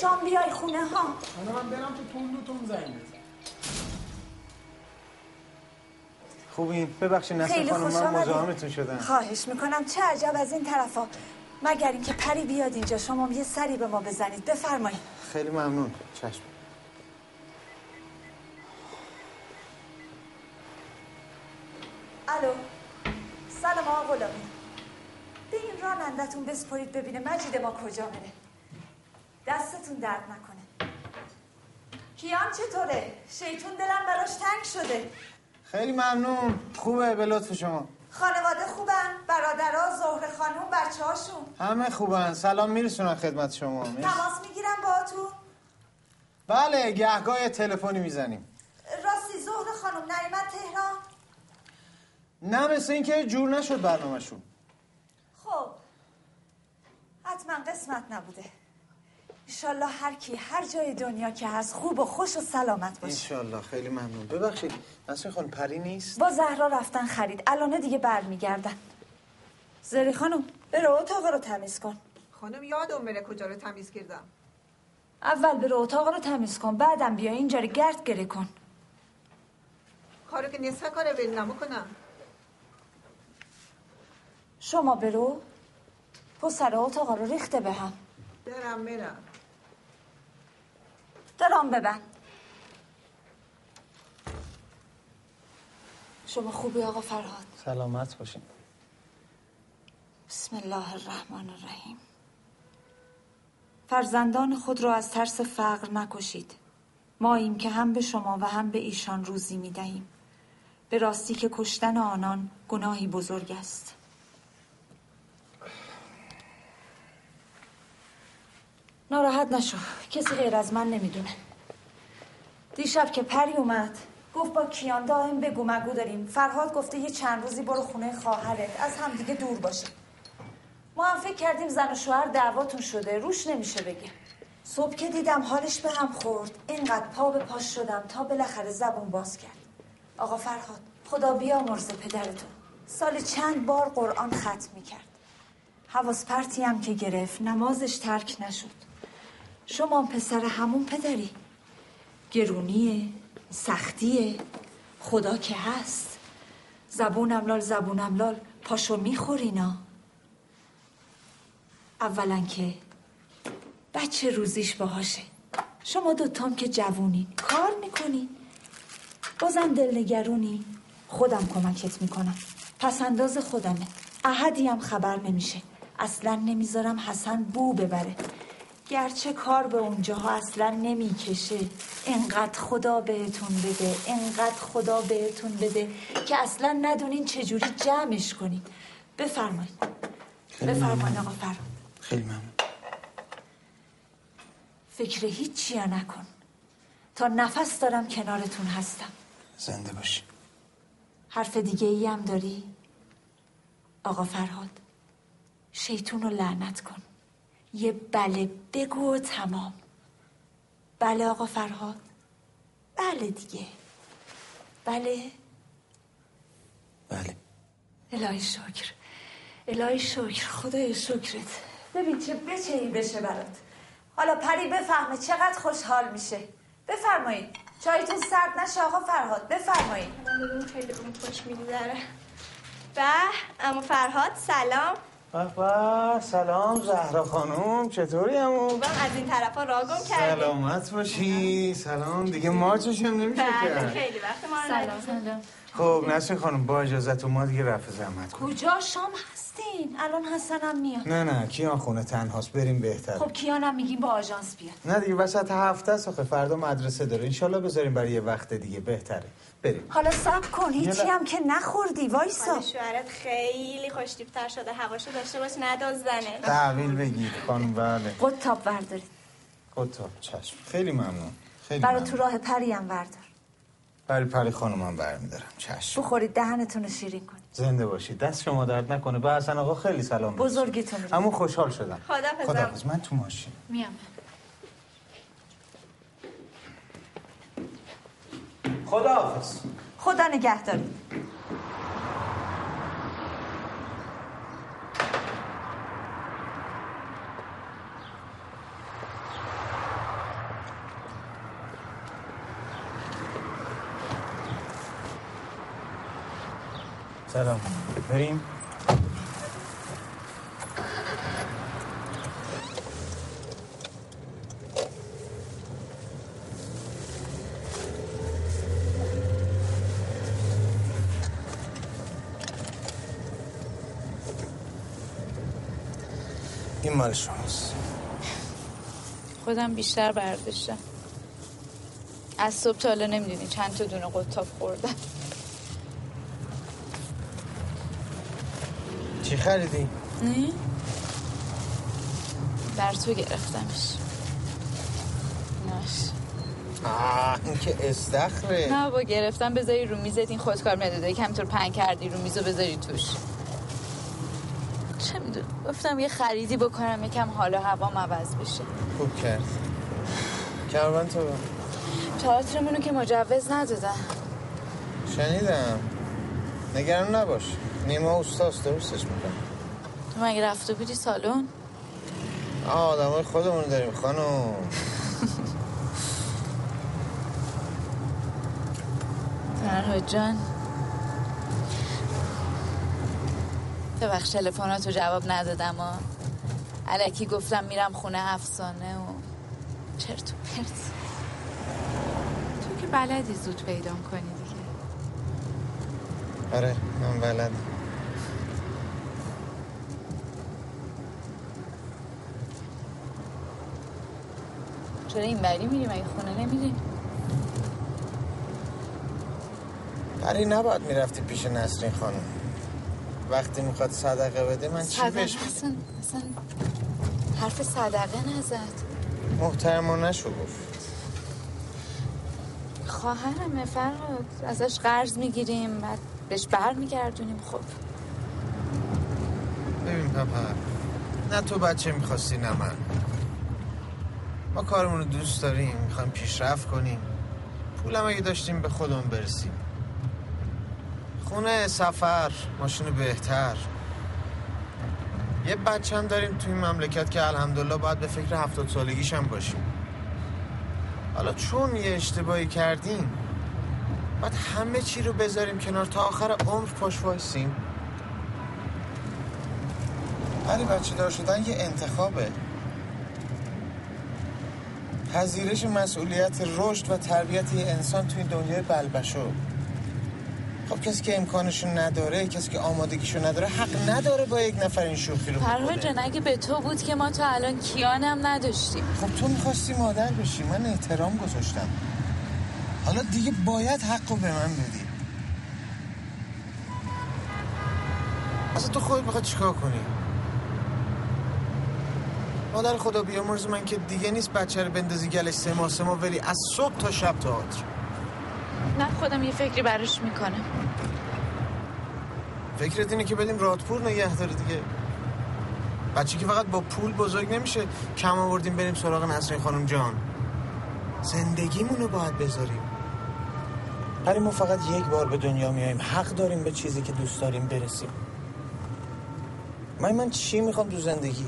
شام بیای خونه ها
حالا من برم تو تون دو تون زنگ بزن
خوبی ببخشید نسل
خیلی
خانم
خوش
من
آمدید.
مزاحمتون شدم
خب.
خواهش میکنم چه عجب از این طرفا مگر اینکه پری بیاد اینجا شما یه سری به ما بزنید بفرمایید
خیلی ممنون چشم
الو سلام آقا غلامی به این رانندتون بسپرید ببینه مجید ما کجا بره دستتون درد نکنه کیان چطوره؟ شیطون دلم براش تنگ شده
خیلی ممنون خوبه به لطف شما
خانواده خوبن؟ برادرها، زهر خانوم، بچه هاشون
همه خوبن سلام میرسونم خدمت شما
تماس میگیرم با تو
بله گهگاه تلفنی میزنیم
راستی زهر خانوم نریمت تهران؟
نه مثل اینکه جور نشد برنامهشون
خب حتما قسمت نبوده ایشالله هر کی هر جای دنیا که هست خوب و خوش و سلامت باشه
انشالله خیلی ممنون ببخشید نسل خانم پری نیست
با زهرا رفتن خرید الان دیگه برمیگردن زری خانم برو اتاق رو تمیز کن
خانم یادم بره کجا رو تمیز کردم
اول برو اتاق رو تمیز کن بعدم بیا اینجا رو گرد گری کن
کارو که نصفه کاره ول نمو کنم
شما برو پسر اتاقا رو ریخته به هم
درم برم
درام ببند شما خوبی آقا فرهاد
سلامت باشین
بسم الله الرحمن الرحیم فرزندان خود را از ترس فقر نکشید ما این که هم به شما و هم به ایشان روزی می دهیم به راستی که کشتن آنان گناهی بزرگ است ناراحت نشو کسی غیر از من نمیدونه دیشب که پری اومد گفت با کیان دائم بگو مگو داریم فرهاد گفته یه چند روزی برو خونه خواهرت از همدیگه دور باشه ما هم فکر کردیم زن و شوهر دعواتون شده روش نمیشه بگه صبح که دیدم حالش به هم خورد اینقدر پا به پاش شدم تا بالاخره زبون باز کرد آقا فرهاد خدا بیامرز پدرتون سال چند بار قرآن ختم میکرد حواس پرتی هم که گرفت نمازش ترک نشد شما هم پسر همون پدری گرونیه سختیه خدا که هست زبونم لال زبونم لال پاشو میخورینا اولا که بچه روزیش باهاشه شما دوتام که جوونین کار میکنین بازم دلنگرونی خودم کمکت میکنم پس انداز خودمه احدی هم خبر نمیشه اصلا نمیذارم حسن بو ببره گرچه کار به اونجاها اصلا نمیکشه انقدر خدا بهتون بده انقدر خدا بهتون بده که اصلا ندونین چجوری جمعش کنین بفرمایید
خیلی
بفرمایید
ممنون.
آقا فراد
خیلی ممنون
فکر هیچی یا نکن تا نفس دارم کنارتون هستم
زنده باشی
حرف دیگه ای هم داری؟ آقا فرهاد شیطون رو لعنت کن یه بله بگو و تمام بله آقا فرهاد بله دیگه بله
بله
الهی شکر الهی شکر خدای شکرت ببین چه بچه ای بشه برات حالا پری بفهمه چقدر خوشحال میشه بفرمایید چایتون سرد نشه آقا فرهاد بفرمایید
ببین خیلی اون خوش میگذره به اما فرهاد سلام
به سلام زهرا خانم چطوری امو؟
خوبم از این طرفا راگم کردی
سلامت باشی سلام دیگه مارچشم نمیشه
بله
کرد
خیلی وقت ما رو ندیدیم.
خب نسرین خانم با اجازت ما دیگه رفع زحمت کن
کجا شام هستین الان حسنم میاد
نه نه کیان خونه تنهاست بریم بهتر
خب کیانم میگی با آژانس بیاد
نه دیگه وسط هفته است آخه فردا مدرسه داره انشالله بذاریم برای یه وقت دیگه بهتره بریم
حالا سب کن هیچی هم که نخوردی وایسا
حالا شوهرت خیلی خوش تر شده هواشو داشته باش ندازدنه
تحویل بگیر خانم بله
قطاب بردارید
کتاب چشم خیلی ممنون خیلی
برای
ممنون
تو راه پری هم وردار
برای پری خانمم برمیدارم چشم
بخورید دهنتون رو شیرین کنید
زنده باشید دست شما درد نکنه به حسن آقا خیلی سلام برسون.
بزرگیتون رو
اما خوشحال شدم
خداحافظم.
خداحافظ. من تو ماشین
میام
خداحافظ
خدا نگهداری
سلام بریم این مال شماست
خودم بیشتر برداشتم از صبح تا حالا نمیدونی چند تا دونه قطاب خوردم
چی خریدی؟
نه؟ بر تو گرفتمش ناش
آه این که استخره
نه با گرفتم بذاری رو میزت این خودکار مداده که همینطور پنگ کردی رو میزو بذاری توش چه میدونم گفتم یه خریدی بکنم یکم حالا هوام عوض بشه
خوب کرد کروان تو
تئاترمونو که مجوز ندادن
شنیدم نگران نباش نیما استاس درستش میکنم
تو مگه رفته بودی سالن
آه آدمای خودمون داریم خانم
فرهاد جان ببخش تلفناتو جواب ندادم ها علکی گفتم میرم خونه افسانه و چرت و پرت تو که بلدی زود پیدا کنی دیگه
آره من بلدم
چرا این بری میریم اگه خونه نمیریم
پری نباید میرفتی پیش نسرین خانم وقتی میخواد صدقه بده من چی
صدقه
بهش
اصلا, اصلا حرف صدقه نزد
محترمانه شو گفت
خواهرمه فرهاد ازش قرض میگیریم بعد بهش بر میگردونیم خب
ببین پپر نه تو بچه میخواستی نه من ما کارمون رو دوست داریم میخوایم پیشرفت کنیم پولم اگه داشتیم به خودمون برسیم خونه سفر ماشین بهتر یه بچه هم داریم توی این مملکت که الحمدلله باید به فکر هفتاد سالگیش هم باشیم حالا چون یه اشتباهی کردیم باید همه چی رو بذاریم کنار تا آخر عمر پاش وایسیم ولی بچه دار شدن یه انتخابه پذیرش مسئولیت رشد و تربیت یه انسان توی دنیای بلبشو خب کسی که امکانشون نداره کسی که آمادگیشون نداره حق نداره با یک نفر این شوخی رو
فرهاد
بکنه
جان اگه به تو بود که ما تا الان کیانم نداشتیم
خب تو میخواستی مادر بشی من احترام گذاشتم حالا دیگه باید حق رو به من بدی اصلا تو خودت میخواد چیکار کنی مادر خدا بیامرز من که دیگه نیست بچه رو بندازی گلش سه ماه سه ماه بری از صبح تا شب تئاتر
نه خودم یه فکری براش میکنم
فکرت اینه که بدیم رادپور نگه داره دیگه بچه که فقط با پول بزرگ نمیشه کم آوردیم بریم سراغ نسرین خانم جان زندگیمونو باید بذاریم ولی ما فقط یک بار به دنیا میاییم حق داریم به چیزی که دوست داریم برسیم من من چی میخوام تو زندگی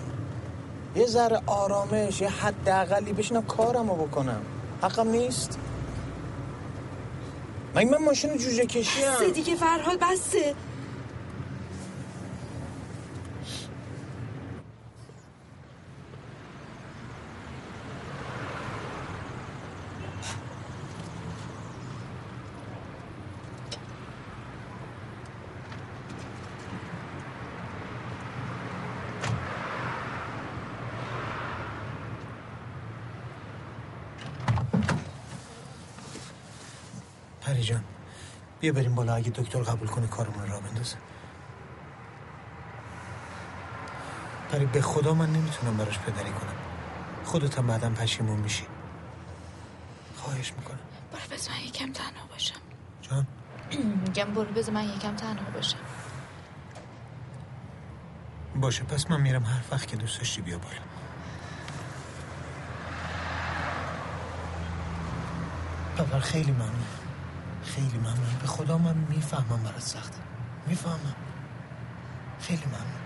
یه ذره آرامش یه حداقلی بشینم کارمو بکنم حقم نیست من من ماشین جوجه کشیم
بسه دیگه فرهاد بسه
پری جان بیا بریم بالا اگه دکتر قبول کنه کارمون را بندازه پری به خدا من نمیتونم براش پدری کنم خودت هم بعدم پشیمون میشی خواهش میکنم
برو بذار من یکم تنها باشم
جان
میگم برو بذار من یکم تنها باشم
باشه پس من میرم هر وقت که دوست داشتی بیا بالا پپر خیلی ممنون خیلی ممنون به خدا من میفهمم برات سخته میفهمم خیلی ممنون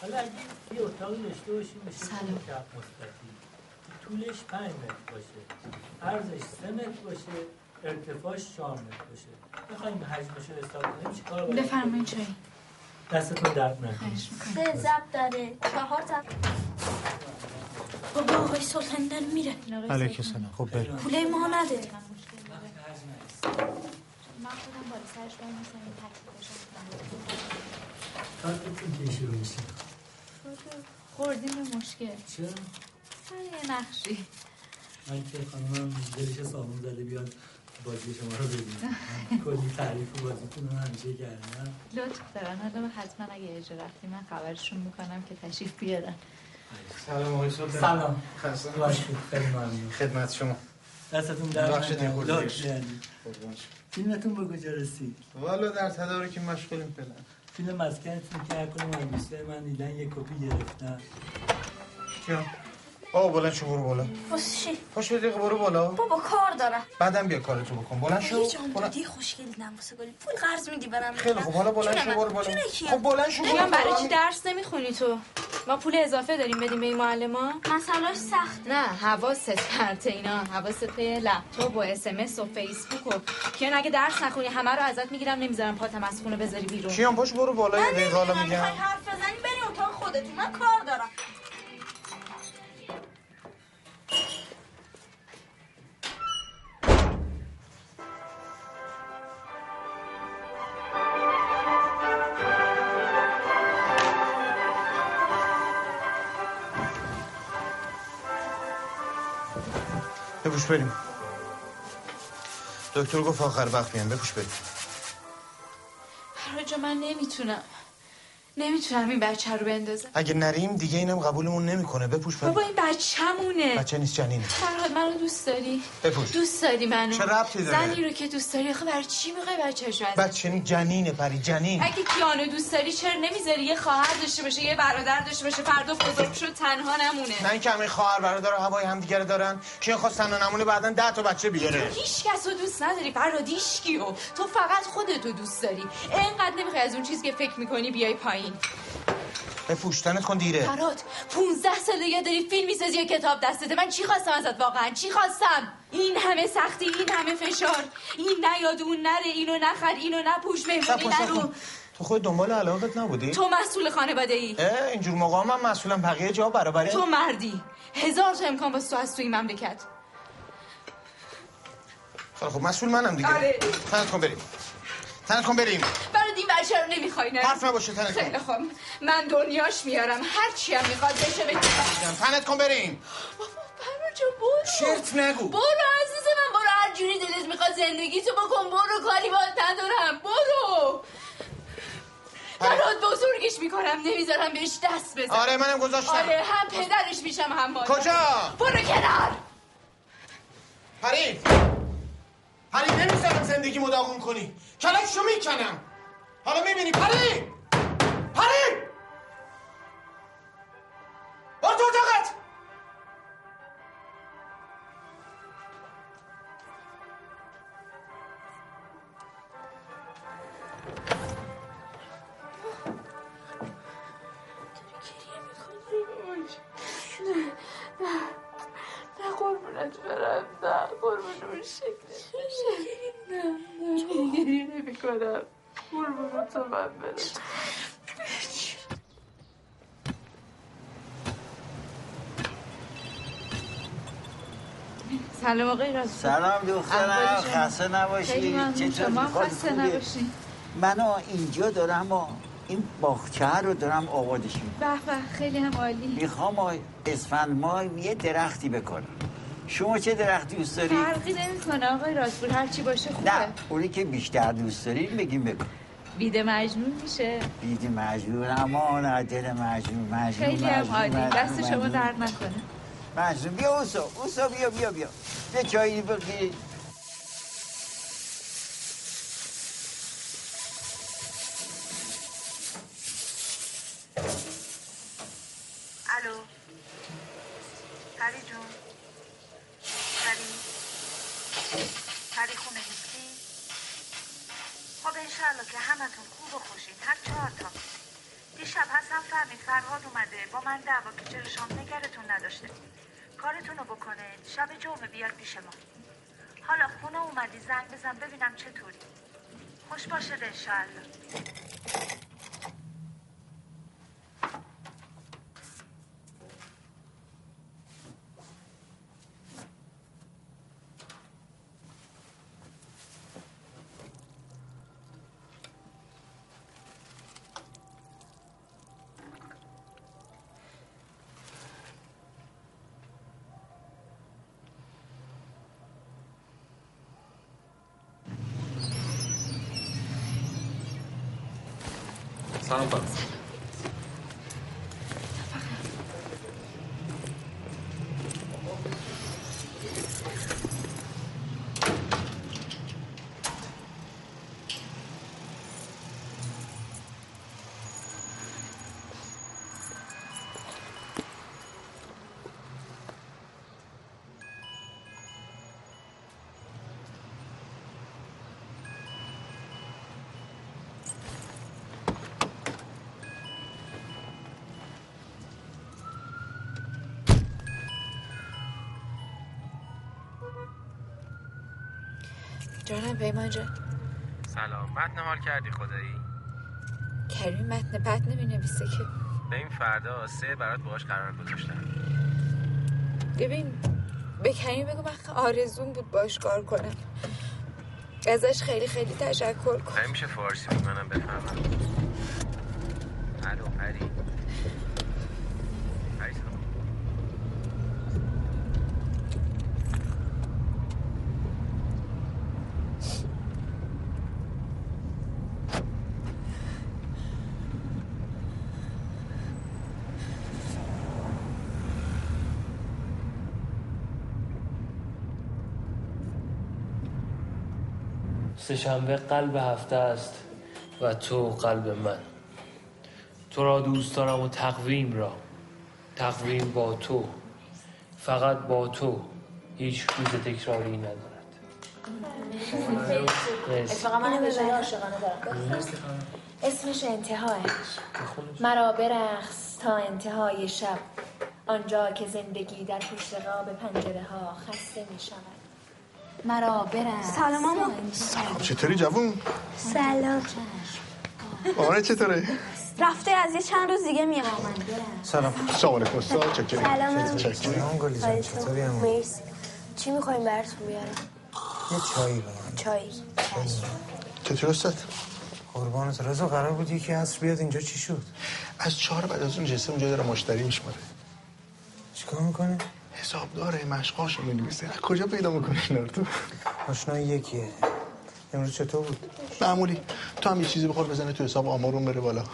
حالا اگه یه اتاقی داشته باشیم به شکل
سلام.
کف مستطیل طولش پنج متر باشه عرضش سه متر باشه ارتفاعش چهار متر باشه میخوایم حجمش رو حساب کنیم چیکار باید کنیم؟
بفرمایید چای
دستتون درد نکنه
سه زب داره چهار زب بابا آقای سلطان داره میره
علیک سلام خب بریم
پوله ما نده
کارتون که شروع میشه
خوردیم به مشکل
چرا
سر یه نقشی
من که خانمم دلش صابون زده بیاد بازی شما رو ببینم من کلی تعریف و بازیتون رو همیشه کردم
لطف دارن حالا حتما اگه اجرا رفتیم من خبرشون میکنم که تشریف بیارن
سلام آقای سلطان
سلام
خسته
باشید خیلی ممنون
خدمت شما
دستتون درد
بخشت
نکنه. یعنی.
این خورده.
لطف کردید.
قربان شما.
فیلمتون به کجا رسید
والا در تدارکی مشغولیم فعلا
فیلم مسکنتون که هر کنم از دوستای من دیدن یه کپی گرفتن
کیا آقا بلند شو برو بالا
خوشی
پاش یه دقیقه برو بالا
بابا کار دارم
بعدم بیا کارتو بکن بلند شو
یه جام
بلند
دادی خوشگل دیدم واسه گلی پول قرض میدی برم
خیلی خب حالا بلند شو برو بالا خب بلند شو برو
کیان برای
بالا.
چی درس نمیخونی تو ما پول اضافه داریم بدیم به این معلما
مسئله سخت نه حواست پرت اینا حواست پی لپتاپ و اسمس و فیسبوک و کیان اگه درس نخونی همه رو ازت میگیرم نمیذارم پاتم از خونه بذاری بیرون
کیان پاش برو بالا یه دقیقه حالا میگم
حرف بزنی بری اتاق خودتون من کار دارم
بپوش بریم دکتر گفت آخر وقت میام بپوش بریم
برای من نمیتونم نمیتونم این بچه رو بندازم
اگه نریم دیگه اینم قبولمون نمیکنه بپوش بریم
بابا این بچه‌مونه
بچه نیست جنینه
فرهاد منو دوست داری
بپوش.
دوست داری منو
چه ربطی داره؟
زنی رو که دوست داری آخه برای چی میخوای بچه‌شو از
بچه نیست جنینه پری جنین
اگه کیانو دوست داری چرا نمیذاری یه خواهر داشته باشه یه برادر داشته باشه فردا بزرگ شد تنها نمونه
نه اینکه همه خواهر برادر هوای همدیگه رو دارن کیان خواست تنها نمونه بعدن ده تا بچه بیاره
تو هیچ کس رو دوست نداری فراد هیچ کیو تو فقط خودتو دوست داری اینقدر نمیخوای از اون چیزی که فکر میکنی بیای پایین
بپوش تنت کن دیره
فراد 15 ساله یا داری فیلم میسازی یا کتاب دستته من چی خواستم ازت واقعا چی خواستم این همه سختی این همه فشار این نیاد اون نره اینو نخر اینو نپوش
صبر
مهمونی
کن، صبر
نرو
کن. تو خود دنبال علاقت نبودی؟
تو مسئول خانواده ای
اه، اینجور موقع من مسئولم بقیه جا برابره
تو مردی هزار تا امکان واسه تو هست تو این مملکت
خیلی خب مسئول منم دیگه
آره.
تنت کن بریم تنت کن بریم
برای دین بچه رو نمیخوای نه
حرف نباشه، تنت کن.
خیلی خوب من دنیاش میارم هر چی هم میخواد بشه بگیر
تنت کن بریم
برو جا برو
چرت نگو.
برو عزیز من برو هر جوری دلت میخواد زندگی تو بکن برو کاری با ندارم برو برات بزرگش میکنم نمیذارم بهش دست بزن
آره، منم گذاشتم.
آره هم پدرش میشم هم مادر
کجا؟
برو کنار
پری پری نمیذارم زندگی مداغون کنی کلکشو میکنم حالا میبینی پری پری برو تو اتاقت
نه قربونت برم نه قربون اون شکلت نه نه گریه نمی کنم قربون تو من برم
سلام آقای راست
سلام دخترم خسته نباشی
شما هم خسته نباشی
منو اینجا دارم و این باغچه رو دارم آبادش می‌کنم.
به به خیلی هم عالی
میخوام اسفند ماه یه درختی بکنم شما چه درخت دوست داری؟
فرقی نمیکنه آقای راستپور هر چی باشه
نه
خوبه
اونی که بیشتر دوست داریم بگیم بکن
بیده مجنون میشه
دیدی مجبور اما نه دل مجبور مجبور
خیلی هم
مجبور،
عالی
مجبور،
دست شما
مجبور.
درد نکنه
مجبور بیا اوسا اوسا بیا بیا بیا یه چایی بگیر
الو پری جون پری پری خونه نیستی خب انشالله که همتون خوب و خوشید هر چهار تا دیشب حسن فهمید فرهاد اومده با من دعوا که چرا شام نگرتون نداشته کارتون رو بکنه شب جمعه بیار پیش ما
حالا خونه اومدی زنگ بزن ببینم چطوری خوش باشد انشاءالله
سلام خانم
جانم پیمان جان
سلام متن حال کردی خدایی
کریم متن بد نمی نویسه که
به این فردا سه برات باهاش قرار گذاشتم
ببین به کریم بگو من آرزوم بود باش کار کنم ازش خیلی خیلی تشکر کن
نمیشه فارسی بگی منم بفهمم الو پری پری صدا کن.
سهشنبه قلب هفته است و تو قلب من تو را دوست دارم و تقویم را تقویم با تو فقط با تو هیچ روز تکراری ندارد مرسی.
اتفاقا من بهش عاشقانه دارم اسمش انتهاه مرا برقص تا انتهای شب آنجا که زندگی در پشت قاب پنجره ها خسته می شود
مرا برم
سلام، ماما.
خب، چطوری جوون؟
سلام
مامانه چطوره؟
رفته از یه چند روز دیگه میام
خب.
سلام سلام علیکم استاد چکریم
سلام.
چکریم
گلی
جان،
چطوری مرسی چی میخوایم براتون بیارم
یه چایی به من
چای
چطور استاد؟
قربانت رضا قرار بود یکی عصر بیاد اینجا چی شد
از چهار بعد از اون جسم اونجا داره مشتری میشماره
چیکار میکنه
حساب داره مشقاشو مینویسه از کجا پیدا میکنه اینا رو تو
آشنایی یکیه امروز چطور بود
معمولی تو هم یه چیزی بخور بزنه تو حساب آمارون بره بالا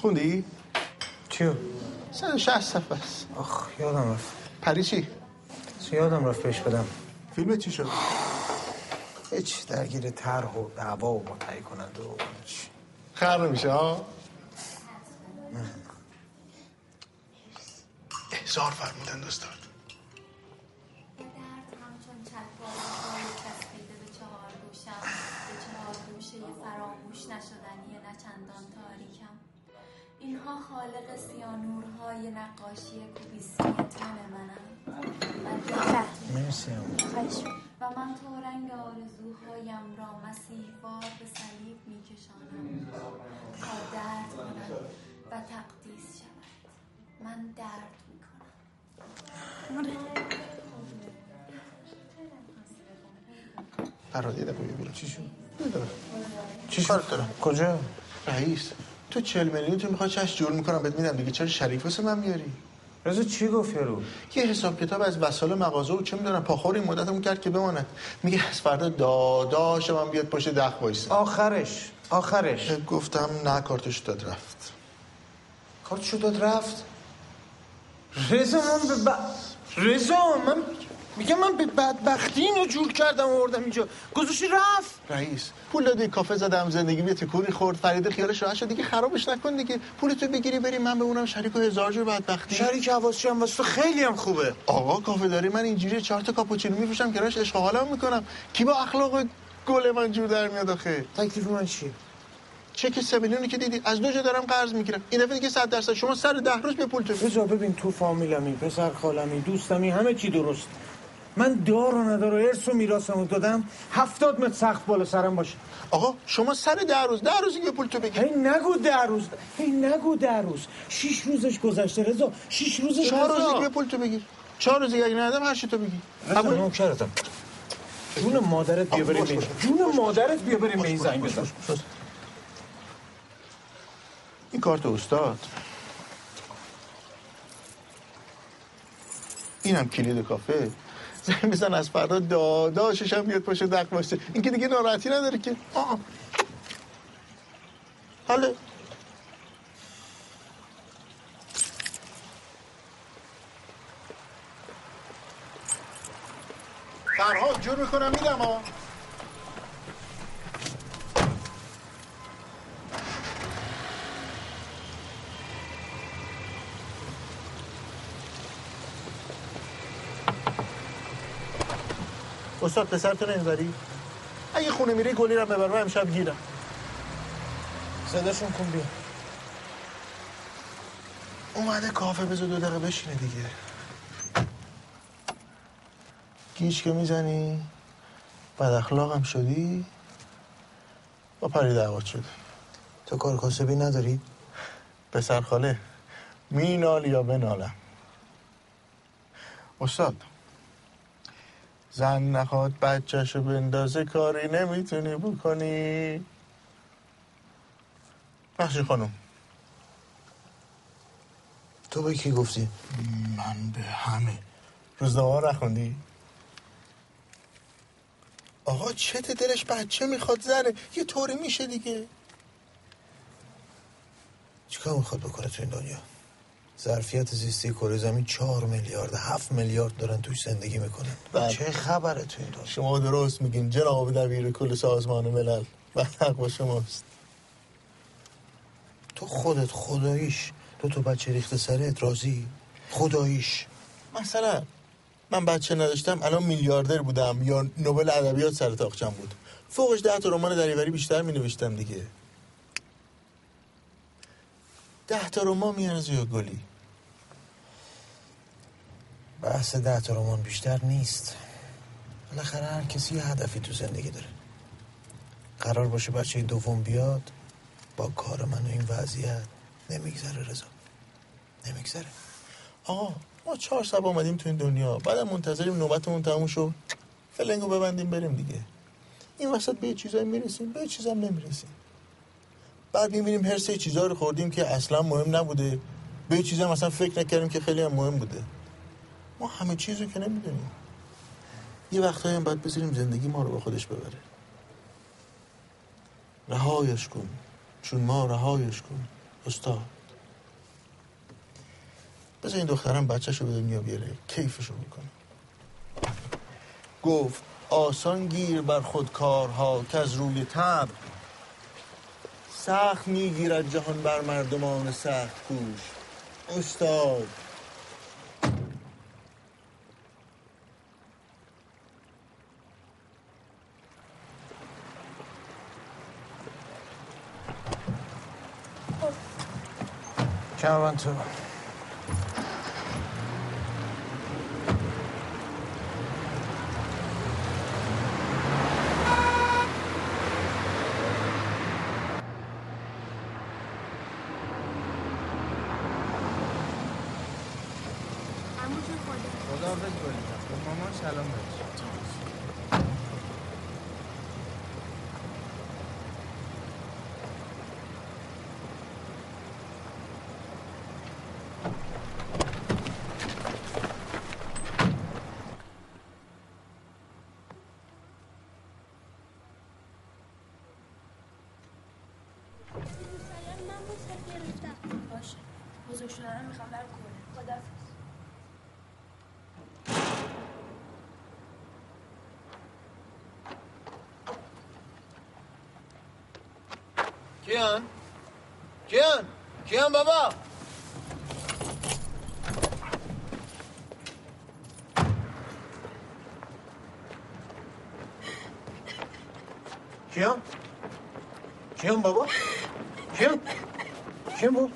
خوندی؟
چیو؟
160 صفحه است
آخ یادم رفت
پری چی؟
چی یادم رفت بهش بدم
فیلم چی شد؟
هیچ درگیر طرح و دعوا و متعی کنند و هیچ.
خر نمیشه ها؟ احضار فرمودن دوستان
فراموش نشدنی نه چندان تاریکم اینها خالق سیانورهای نقاشی کوبیستی تن منم
مرسی امو.
و من تو رنگ آرزوهایم را مسیحوار به صلیب میکشانم تا درد کنم و تقدیس شود من درد
برادر یه دقیقه بیرون چی شد؟ ندارم چی کار دارم؟ کجا؟ رئیس تو چل میلیون تو میخوای چش جور میکنم بهت میدم دیگه چرا شریف واسه من میاری؟
رضا چی گفت یارو؟
یه حساب کتاب از وسایل مغازه و چه میدونم پاخور این مدتمون کرد که بماند میگه از فردا داداش من بیاد پشت دخ وایسه
آخرش آخرش
گفتم نه کارتش داد رفت
کارت داد رفت رضا من به ب...
رضا من
میگم من به بدبختی اینو جور کردم آوردم اینجا گذاشتی رفت
رئیس پول دادی کافه زدم زندگی یه تکونی خورد فرید خیال شوهر شد دیگه خرابش نکن دیگه پول تو بگیری بری من بمونم شریک و هزار جور بدبختی
شریک حواسش هم واسه تو خیلی هم خوبه
آقا کافه داری من اینجوری چهار تا کاپوچینو میفروشم کنارش عشق و حالم میکنم کی با اخلاق گل من جور در میاد آخه
تکلیف من چیه
چک سه میلیونی که دیدی از دو جا دارم قرض میگیرم این دفعه دیگه 100 درصد شما سر ده روز به پول تو
رضا ببین تو فامیلمی پسر خالمی دوستمی همه چی درست من دار و ندار و ارث و میراثمو دادم هفتاد متر سقف بالا سرم باشه
آقا شما سر ده روز ده روزی که پول تو بگی
هی نگو ده روز هی نگو ده روز شیش روزش گذشته رضا شیش روزش
چهار
رضا.
روزی که پول تو بگی چهار روزی که اگه ندم هر چی تو بگی
رضا نوکرتم جون مادرت بیا بریم به این- جون مادرت بیا بریم به این زنگ بزن
این کارت استاد اینم کلید کافه زنگ بزن از فردا داداشش هم بیاد پشت دق باشه این که دیگه ناراحتی نداره که آه حاله فرهاد جور میکنم میدم ها استاد پسر تو نمیبری؟ اگه خونه میری گلی رو ببرم امشب گیرم
صداشون کن بیا
اومده کافه بذار دو دقیقه بشینه دیگه گیج که میزنی بد اخلاقم شدی با پری دعوت شدی تو کار کاسبی نداری؟ پسر خاله مینال یا بنالم استاد زن نخواد بچهشو بندازه کاری نمیتونی بکنی بخشی خانم تو به کی گفتی؟ من به همه روزنامه ها نخوندی؟ آقا چته دلش بچه میخواد زنه یه طوری میشه دیگه
چیکار میخواد بکنه تو این دنیا ظرفیت زیستی کره زمین چهار میلیارد هفت میلیارد دارن توش زندگی میکنن
چه خبره تو این دنیا بله. شما درست میگین جناب دبیر کل سازمان ملل و حق با شماست
تو خودت خداییش دو تا بچه ریخته سرت راضی خداییش
مثلا من بچه نداشتم الان میلیاردر بودم یا نوبل ادبیات سر تاخچم بود فوقش ده تا رمان دریوری بیشتر می نوشتم دیگه ده تا رمان میارزه یا گلی
بحث ده تا رمان بیشتر نیست بالاخره هر کسی یه هدفی تو زندگی داره قرار باشه بچه دوم بیاد با کار من و این وضعیت نمیگذره رضا نمیگذره
آقا ما چهار سب آمدیم تو این دنیا بعدم منتظریم نوبتمون تموم شد فلنگو ببندیم بریم دیگه این وسط به یه چیزایی میرسیم به یه چیزم نمیرسیم بعد میبینیم هر سه چیزا رو خوردیم که اصلا مهم نبوده به یه چیزم اصلا فکر نکردیم که خیلی هم مهم بوده ما همه چیز رو که نمیدونیم یه وقتایی هم باید بذاریم زندگی ما رو با خودش ببره رهایش کن چون ما رهایش کن استاد بذار این دخترم بچهشو به دنیا بیاره کیفشو میکنه گفت آسان گیر بر خود کارها که از روی تب سخت میگیرد جهان بر مردمان سخت کوش استاد
کمبند تو
عمو جون خدا
خدا بگوید به مامان سلام برس
من بود سر گرفتم باشه بزرگ شدنم میخوام برم کنه خدا
کیان کیان کیان بابا
کیان کیان بابا کیان کیان بابا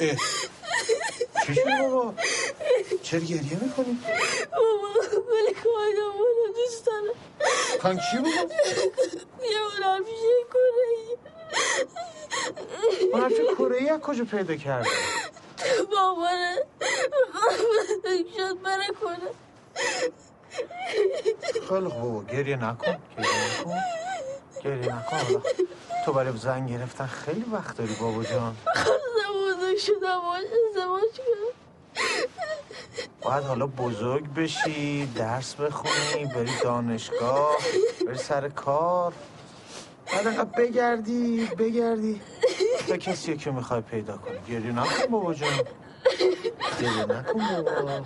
اه. چی شد بابا چرا گریه میکنی
بابا
ولی کادم رو دوست دارم
کان چی بگم؟
یه اون میشه
اون
کنه
حرف کره ای از کجا پیدا کرده
بابانه شد بره کنه
خیلی خوب بابا گریه نکن گریه نکن گریه نکن حالا. تو برای زن گرفتن خیلی وقت داری بابا جان
خواستم بزرگ شدم باش ازدواج کنم
باید حالا بزرگ بشی درس بخونی بری دانشگاه بری سر کار بعد انقدر بگردی بگردی تا کسی که میخوای پیدا کنی گریه نکن بابا جان گریه نکن بابا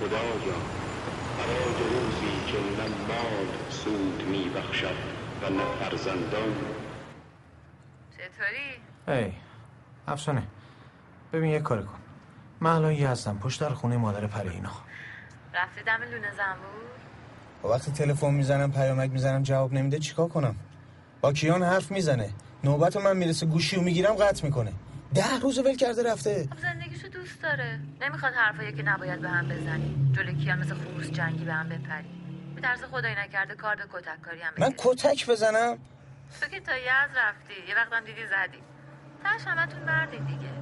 خدا را برای روزی که نه مال سود می بخشد و نه فرزندان
چطوری؟
ای افسانه ببین یه کاری کن من الان یه هستم پشت در خونه مادر پرینا
رفتی دم لونه زنبور؟
خب
وقتی تلفن میزنم پیامک میزنم جواب نمیده چیکار کنم
با کیان حرف میزنه نوبت من میرسه گوشی و میگیرم قطع میکنه ده روز ول کرده رفته
خب زندگیشو دوست داره نمیخواد حرفایی که نباید به هم بزنی جلو کیا مثل خروس جنگی به هم بپری میترسه خدایی نکرده کار به کتک کاری هم
من
بگیره
کتک بزنم
تو که تا یز رفتی یه وقتم دیدی زدی تش همتون مردی دیگه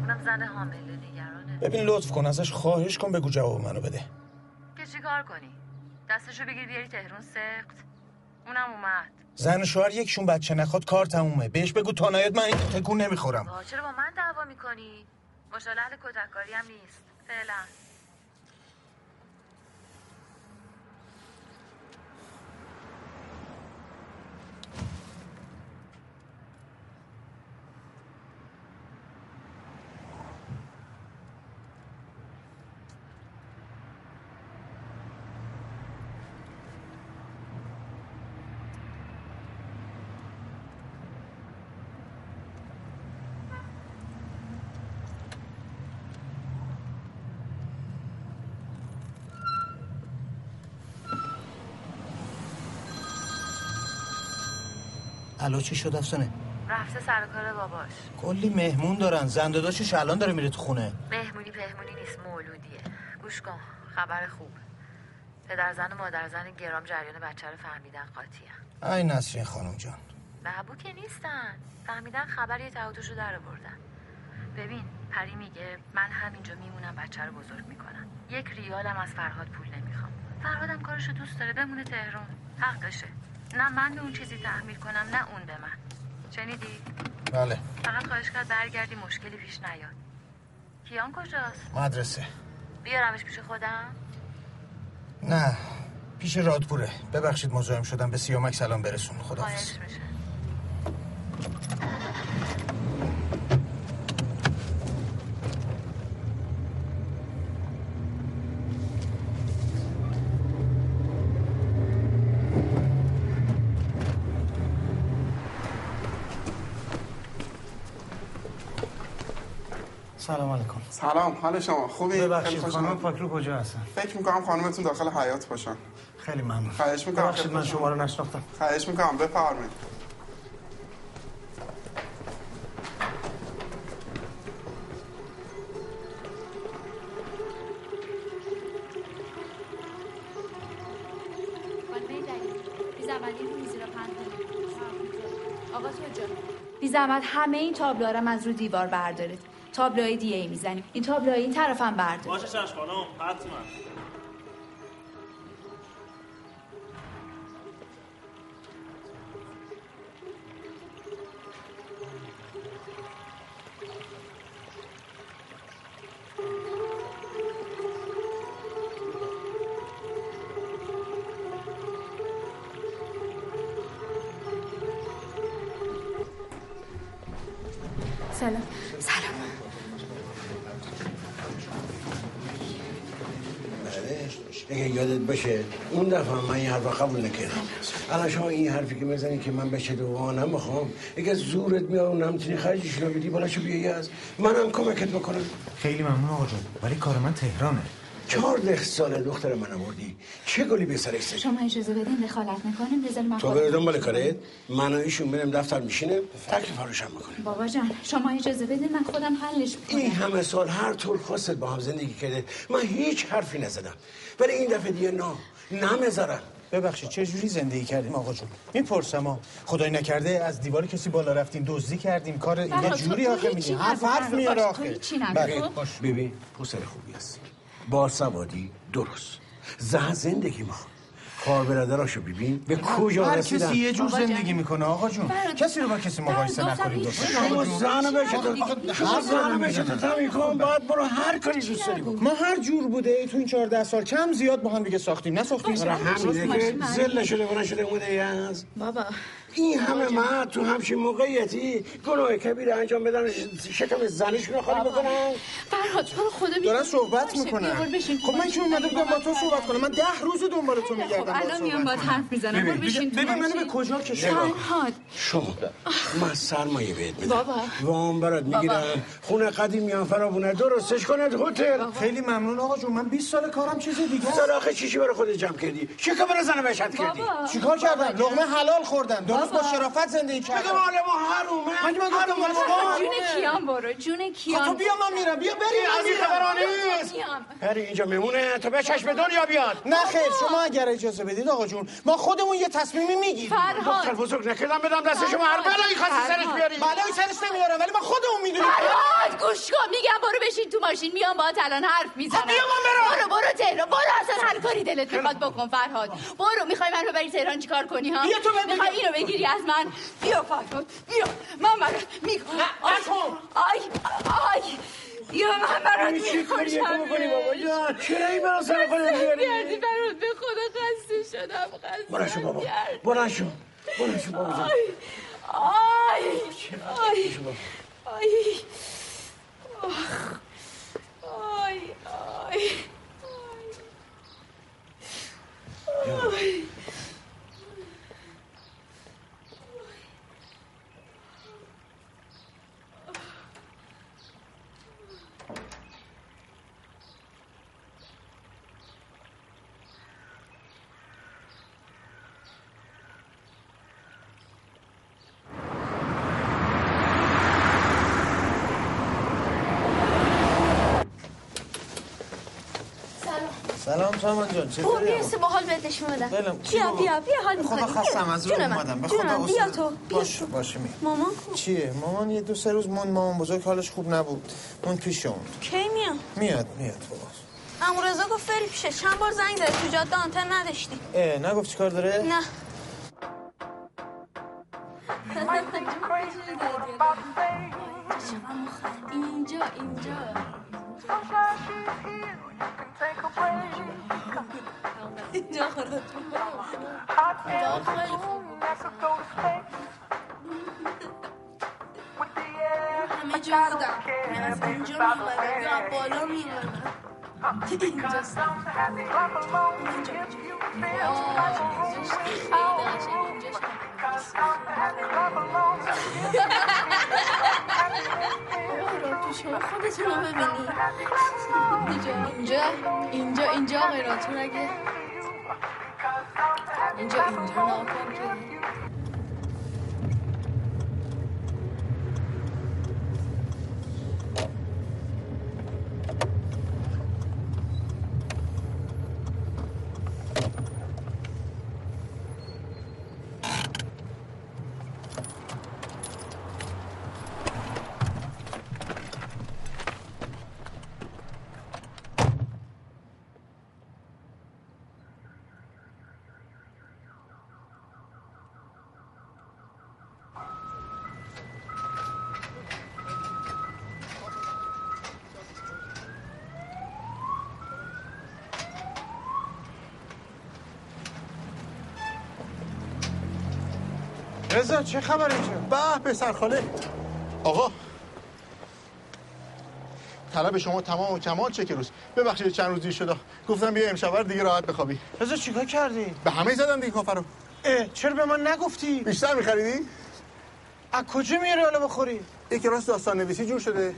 اونم زن حامله نگرانه
ببین لطف کن ازش خواهش کن بگو جواب منو بده
که چیکار کنی دستشو بگیر بیاری تهرون سخت اونم اومد
زن و شوهر یکشون بچه نخواد کار تمومه بهش بگو تا نیاد من این تکون نمیخورم
با چرا با من دعوا میکنی مشاله اهل کتککاری هم نیست فعلا
الو چی شد افسانه
رفته سر کار باباش
کلی مهمون دارن زن داداشش الان داره میره تو خونه
مهمونی پهمونی نیست مولودیه گوش کن خبر خوب پدرزن و مادرزن گرام جریان بچه رو فهمیدن قاطیه
ای نسرین خانم جان
بابو که نیستن فهمیدن خبر یه تعهدش رو در آوردن ببین پری میگه من همینجا میمونم بچه رو بزرگ میکنم یک ریالم از فرهاد پول نمیخوام فرهادم کارشو دوست داره بمونه تهران حقشه نه من به اون چیزی تحمیل کنم نه اون به من شنیدی
بله
فقط خواهش کرد برگردی مشکلی پیش نیاد کیان کجاست
مدرسه
بیارمش پیش خودم
نه پیش رادپوره ببخشید مزاحم شدم به سیامک سلام برسون خدا
خواهش میشه
سلام علیکم
سلام حال شما خوبی خیلی
ببخشید
خوش
خانم
آمد.
پاکلو کجا هستن
فکر میکنم خانمتون داخل حیات باشن
خیلی ممنون
خواهش میکنم
ببخشید من شما رو نشناختم
خواهش میکنم بفرمایید
خانم دلیل بی زحمت این میز رو پهن کنید. آقا تو جا بی زحمت همه این تابلوها رو هم از رو دیوار بردارید تابلوهای دیگه ای میزنیم این تابلوهای این طرفم بردارید
باشه شش خانم حتما
سلام سلام
بله اگه یادت باشه اون دفعه من این حرف قبول نکردم الان شما این حرفی که میزنی که من بشه دوام نمیخوام اگه زورت میاد اون همچنین خرجش رو بدی بلاشو بیایی از منم کمکت بکنم
خیلی ممنون آقا جون ولی کار من تهرانه
چهارده سال دختر من آوردی چه گلی به سرش زدی؟
شما اجازه بدین دخالت نکنیم بذار من
تو
خودم-
بره دنبال کارت من و ایشون بریم دفتر میشینه تکلیف روشن میکنه
بابا جان شما اجازه بدین من خودم حلش
این
کنم
همه سال هر طور خواستت با هم زندگی کرده من هیچ حرفی نزدم ولی این دفعه دیگه نه نمیذارم
ببخشید چه جوری زندگی کردیم آقا جون میپرسم ها خدای نکرده از دیوار کسی بالا رفتیم دزدی کردیم کار
فرهاد،
اینا
تو-
جوری
تو
آخه
هیچی
میگه حرف
نگو،
حرف
فرهاد.
میاره
باش، تو
آخه
هیچی نگو.
بله،
خب؟
باش. ببین پسر خوبی هستی با سوادی درست زه زندگی ما خواهر برادراشو ببین به کجا
هر
رسیدن
کسی یه جور
آقا جان.
زندگی میکنه آقا جون کسی رو با کسی مقایسه نکنید
شما زن بشه تو شما زن بشه
خب،
تو تمیل کن باید برو هر کاری دوست
خب،
داری بکن
ما هر جور بوده ای تو این 14 سال کم زیاد با هم دیگه ساختیم
خب،
نساختیم
برای همینه که زله شده بنا شده اومده یز
بابا
این همه مرد تو همچین موقعیتی گناه کبیر انجام بدن ش- شکم زنشون رو خالی بکنن
فرهاد تو رو خدا
دارن صحبت
باشه، بیار
میکنن
بشین.
خب من که اومده بودم با تو صحبت کنم من ده روز دنبال تو
خب،
میگردم
الان میام باهات حرف میزنم. برو بشین تو
ببین منو
ماشین.
به کجا کشید
فرهاد
شما من سرمایه بهت میدم
بابا.
وام برات
بابا.
میگیرم خونه قدیمی هم فرابونه درستش کند هتل
خیلی ممنون آقا جون من 20 سال کارم چیز دیگه
سر آخه چیشی برای خودت جمع کردی چه برای زن وشت کردی
چیکار کردم لقمه حلال خوردم درست با شرافت زندگی کردم
بگم عالم ها حرومه
مگه من گفتم
حرومه.
حرومه؟
جون کیان برو جون کیان
خب تو بیا من میرم، بیا بریم.
بیا،
از این
میرم.
خبرها
بیا،
نیست.
میام.
پری
بله.
اینجا میمونه تا به چشم دنیا بیاد
نه خیر شما اگر اجازه بدید آقا جون ما خودمون یه تصمیمی میگیریم
فرهاد.
دختر بزرگ نکردم بدم دست شما هر بلایی خواستی سرش بیاری
بلایی سرش نمیارم ولی ما خودمون میدونیم
فرهاد آره، گوش کن میگم برو بشین تو ماشین میام باهات الان حرف میزنم
خب بیا من
برو برو تهران برو اصلا هر کاری دلت میخواد بکن فرهاد برو میخوای منو ببری تهران چیکار کنی ها
بیا تو بهم
میخوای
بگو.
اینو بگیری از من بیا فرهاد بیا من برات میکنم
نکن.
آی آی یا من برات
یعنی چی کاری که
میکنم
بکنی بابا جان چرا این بلا سر خودت
کردی
میاری
برات به خدا خسته شدم
بلند
خسته
شو بابا بلند شو بلند شو بابا جان.
آی آی آی آی آخ. آی آی آی
سلام
سلام سامان جان
او
چطوری
بیا سه با حال بهت نشون بدم
ولم کن
بیا
بابا.
بیا بیا حال
به
میکنی
خدا خستم از رو اومدم به خدا
بیا
حوصله-
تو بیا
باش
تو
باشه می
مامان
چیه مامان یه دو سه روز مون مامان بزرگ حالش خوب نبود مون پیش اون
کی میام
میاد میاد خب. بابا
امو رضا گفت فری پیشه چند بار زنگ زد تو جاده آنتن نداشتی
اه نگفت چیکار داره
نه
اینجا اینجا
اینجا خدا همه جا بودم من از اینجا میومدم یا از بالا میومدم اینجاست
خودتون رو ببینی اینجا اینجا اینجا آقای راتون اگه اینجا اینجا ناکن که
رضا چه خبر اینجا
به پسرخاله آقا طلب شما تمام و کمال چه که روز ببخشید چند روز دیر شده گفتم بیا امشب دیگه راحت بخوابی
رضا چیکار کردی
به همه زدم دیگه کافرو
اه چرا به من نگفتی
بیشتر میخریدی
از کجا میاری حالا بخوری
یک راست داستان نویسی جور شده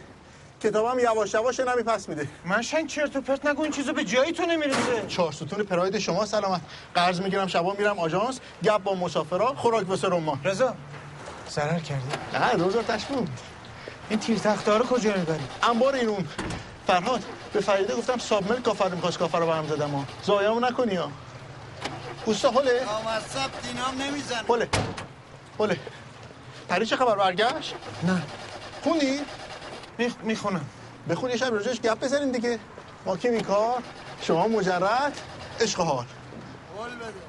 کتابم یواش یواش نمی پس میده من شن چرت و پرت نگو این چیزا به جایی تو نمیرسه چهار ستون پراید شما سلامت قرض میگیرم شبا میرم آژانس گپ با مسافرا خوراک واسه رمان رضا
ضرر کردی
نه روزا تشمون این تیر تختارو کجا میبری انبار این اون فرهاد به فریده گفتم ساب ملک کافر میخواست کافر رو برم زدم ها زایامو نکنی ها اوستا هله
واسب دینام نمیزنه
هله هله پری چه خبر برگشت
نه
خوندی؟ میخونم بخون یه شب راجعش گپ بزنیم دیگه ما کی بیکار شما مجرد عشق و حال
هل بده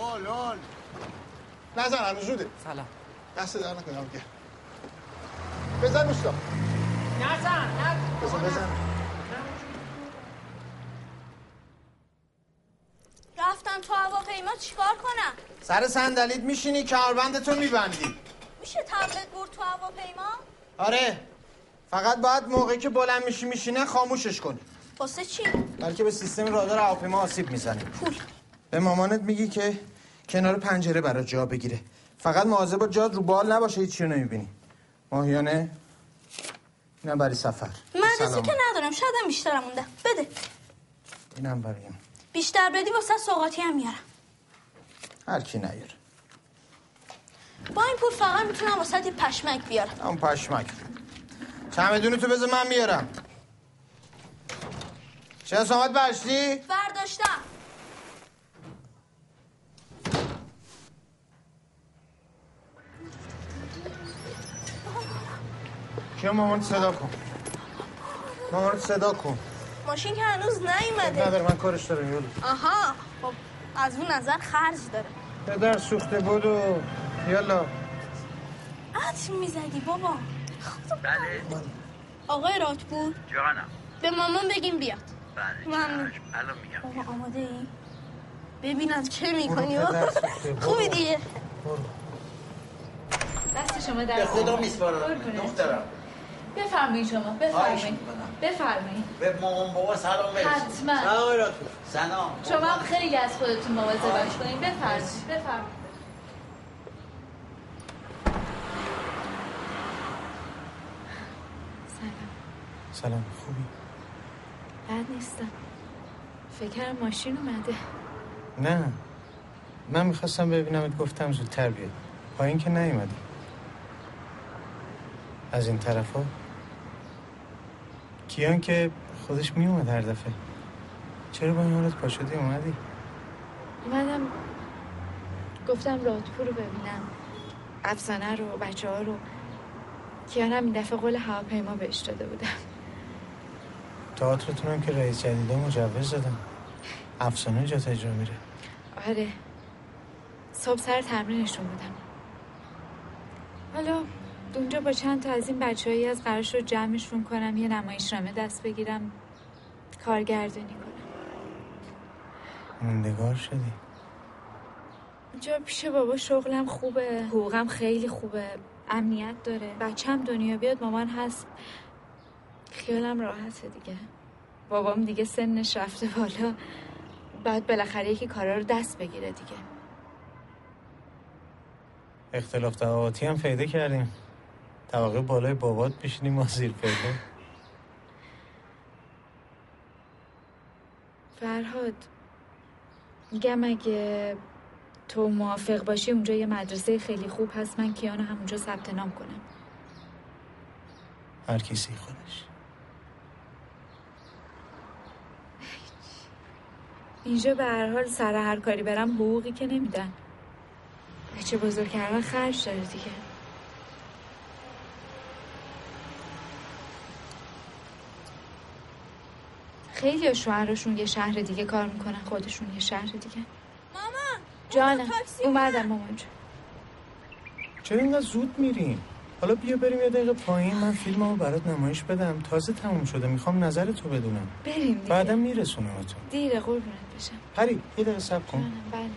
هل هل
نزن هنوز زوده سلام دست در نکنم دیگه بزن دوستا
نزن
بزن بزن
رفتم تو هواپیما چیکار کنم
سر صندلیت میشینی کاربند تو میبندی
میشه تبلت برد تو هواپیما
آره فقط باید موقعی که بلند میشی میشینه خاموشش کنی
واسه چی
بلکه به سیستم رادار هواپیما آسیب میزنی
پول
به مامانت میگی که
کنار پنجره برات جا بگیره فقط مواظب با جاد رو بال نباشه هیچ چیو نمیبینی ماهیانه اینم برای سفر
مدرسه
سلام.
که ندارم شاید هم بیشترم مونده بده
اینم برای این.
بیشتر بدی واسه سوغاتی هم میارم
هر کی نیاره
با این پول فقط میتونم واسه یه پشمک بیارم
اون پشمک چمدونتو تو بذار من میارم چه سامت برشتی؟
برداشتم
که مامانت صدا کن
مامانت صدا کن
ماشین که هنوز
نداره
نیومده
من کارش دارم یولو
آها خب از اون نظر خرج داره
پدر سوخته بود و یالا
عطر میزدی بابا
بله
آقای راتبور
جانم
به مامان بگیم بیاد
بله
ممنون.
چشم. الان میگم
بابا آره، آماده ای؟ ببینم چه میکنی
برو پدر
سوخته، برو.
خوبی دیگه
دست شما در
به خدا
نکنه.
میسپارم
قربونت.
دخترم
بفرمایید شما
خواهش
بفرمایید
می‌کنم.
بفرمایید
به مامان بابا سلام برسون
حتما.
سلام آقای سلام
شما هم خیلی از خودتون مواظب
خواهش.
باش کنید بفرمایید بفرمایید
سلام خوبی
بد نیستم فکرم ماشین اومده
نه من میخواستم ببینمت گفتم زودتر بیاد پایین که نیومدی از این طرفا کیان که خودش میومد هر دفعه چرا با این حالت پا شدی اومدی
اومدم گفتم رادپور رو ببینم افسانه رو بچه ها رو کیانم این دفعه قول هواپیما بهش داده بودم
تئاترتون هم که رئیس جدیدا مجوز دادم افسانه جا تجربه میره
آره صبح سر تمرینشون بودم حالا اونجا با چند تا از این بچههایی از قرار شد جمعشون کنم یه نمایشنامه دست بگیرم کارگردانی کنم
موندگار شدی
اونجا پیش بابا شغلم خوبه حقوقم خیلی خوبه امنیت داره بچم دنیا بیاد مامان هست خیالم راحته دیگه بابام دیگه سنش رفته بالا بعد بالاخره یکی کارا رو دست بگیره دیگه
اختلاف طبقاتی هم پیدا کردیم طبقه بالای بابات بشینیم ما زیر پیدا
فرهاد میگم اگه تو موافق باشی اونجا یه مدرسه خیلی خوب هست من کیانو همونجا ثبت نام کنم
هر کسی خودش
اینجا به هر حال سر هر کاری برم حقوقی که نمیدن بچه بزرگ کردن خرج داره دیگه خیلی ها شوهرشون یه شهر دیگه کار میکنن خودشون یه شهر دیگه
مامان
جانم اومدم مامان جون
چرا اینقدر زود میریم حالا بیا بریم یه دقیقه پایین من فیلممو برات نمایش بدم تازه تموم شده میخوام نظر تو بدونم
بریم دیگه
بعدم میرسونمتون
دیره قربونت بشم
پری یه دقیقه صبر کن
جانم بله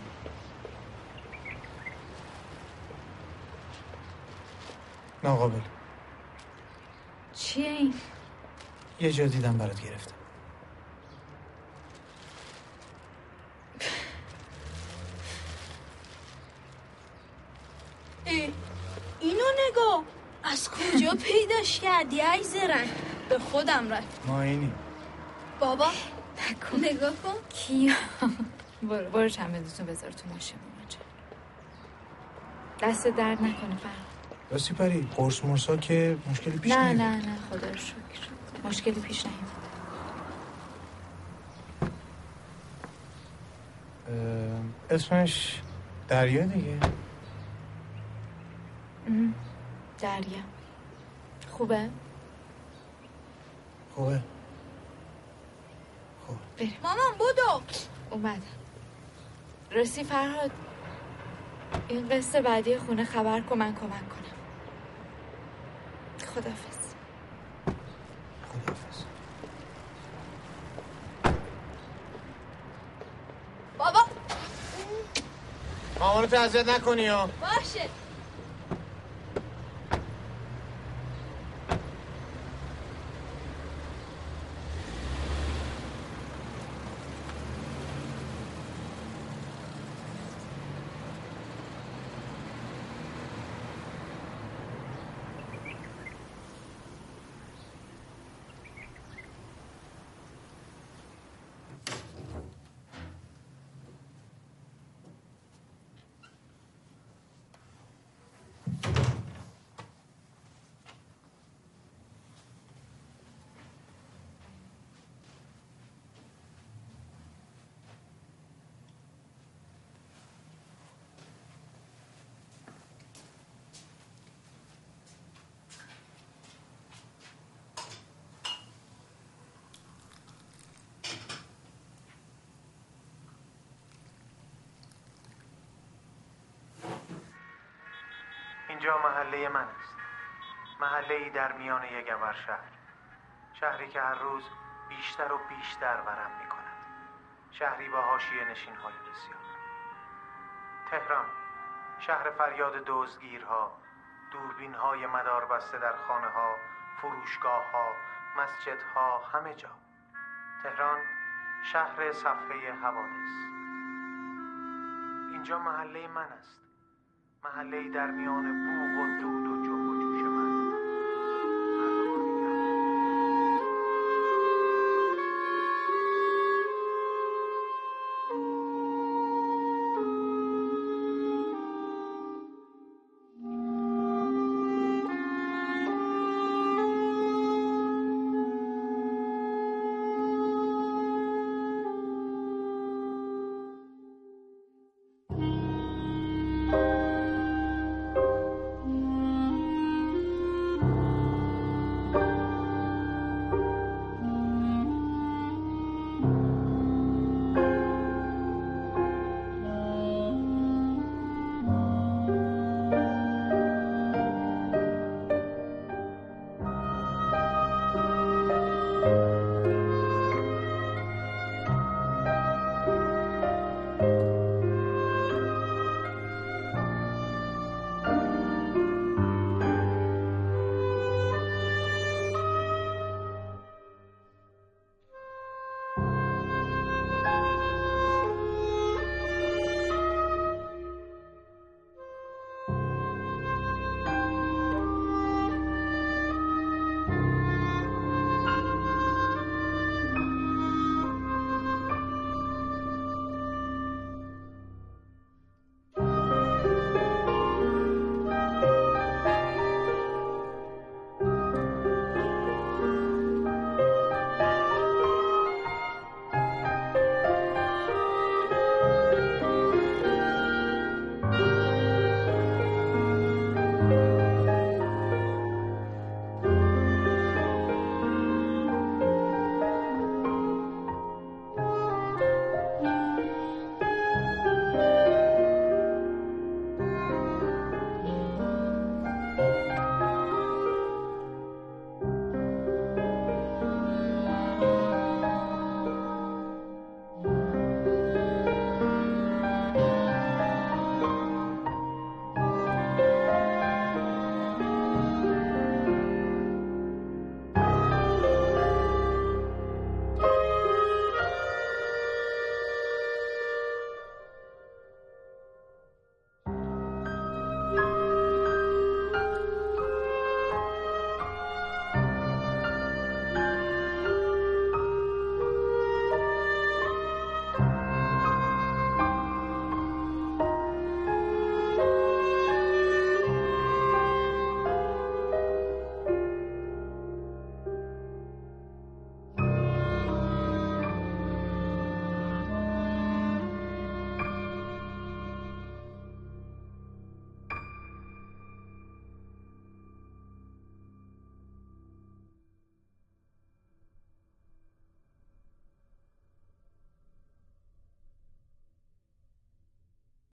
ناقابل
چیه این
یه جا دیدم برات گرفتم
ای، اینو نگاه از کجا پیداش کردی ای زرنگ به خودم رفت
ماینی
بابا نگاه کن
کیا برو برو چند دوتون بذار تو ماشین بمونجا دست درد نکنه فرد
راستی پری قرص مرسا که مشکلی
یعنی
پیش
نه
نیومد.
نه نه خدا رو شکر مشکلی پیش نیومد
اه، اسمش دریا دیگه
مهم. دریا خوبه
خوبه
بریم
مامان بودو
اومد راستی فرهاد این قصه بعدی خونه خبر کن من کمک کنم خدافز
بابا
مامانتو اذیت نکنی ها
باشه
اینجا محله من است محله ای در میان یک ابر شهر شهری که هر روز بیشتر و بیشتر ورم می کند شهری با حاشیه نشین های بسیار تهران شهر فریاد دزدگیرها دوربین های مدار بسته در خانه ها فروشگاه ها مسجد ها همه جا تهران شهر صفحه حوادث اینجا محله من است محله در میان بوغ و دود و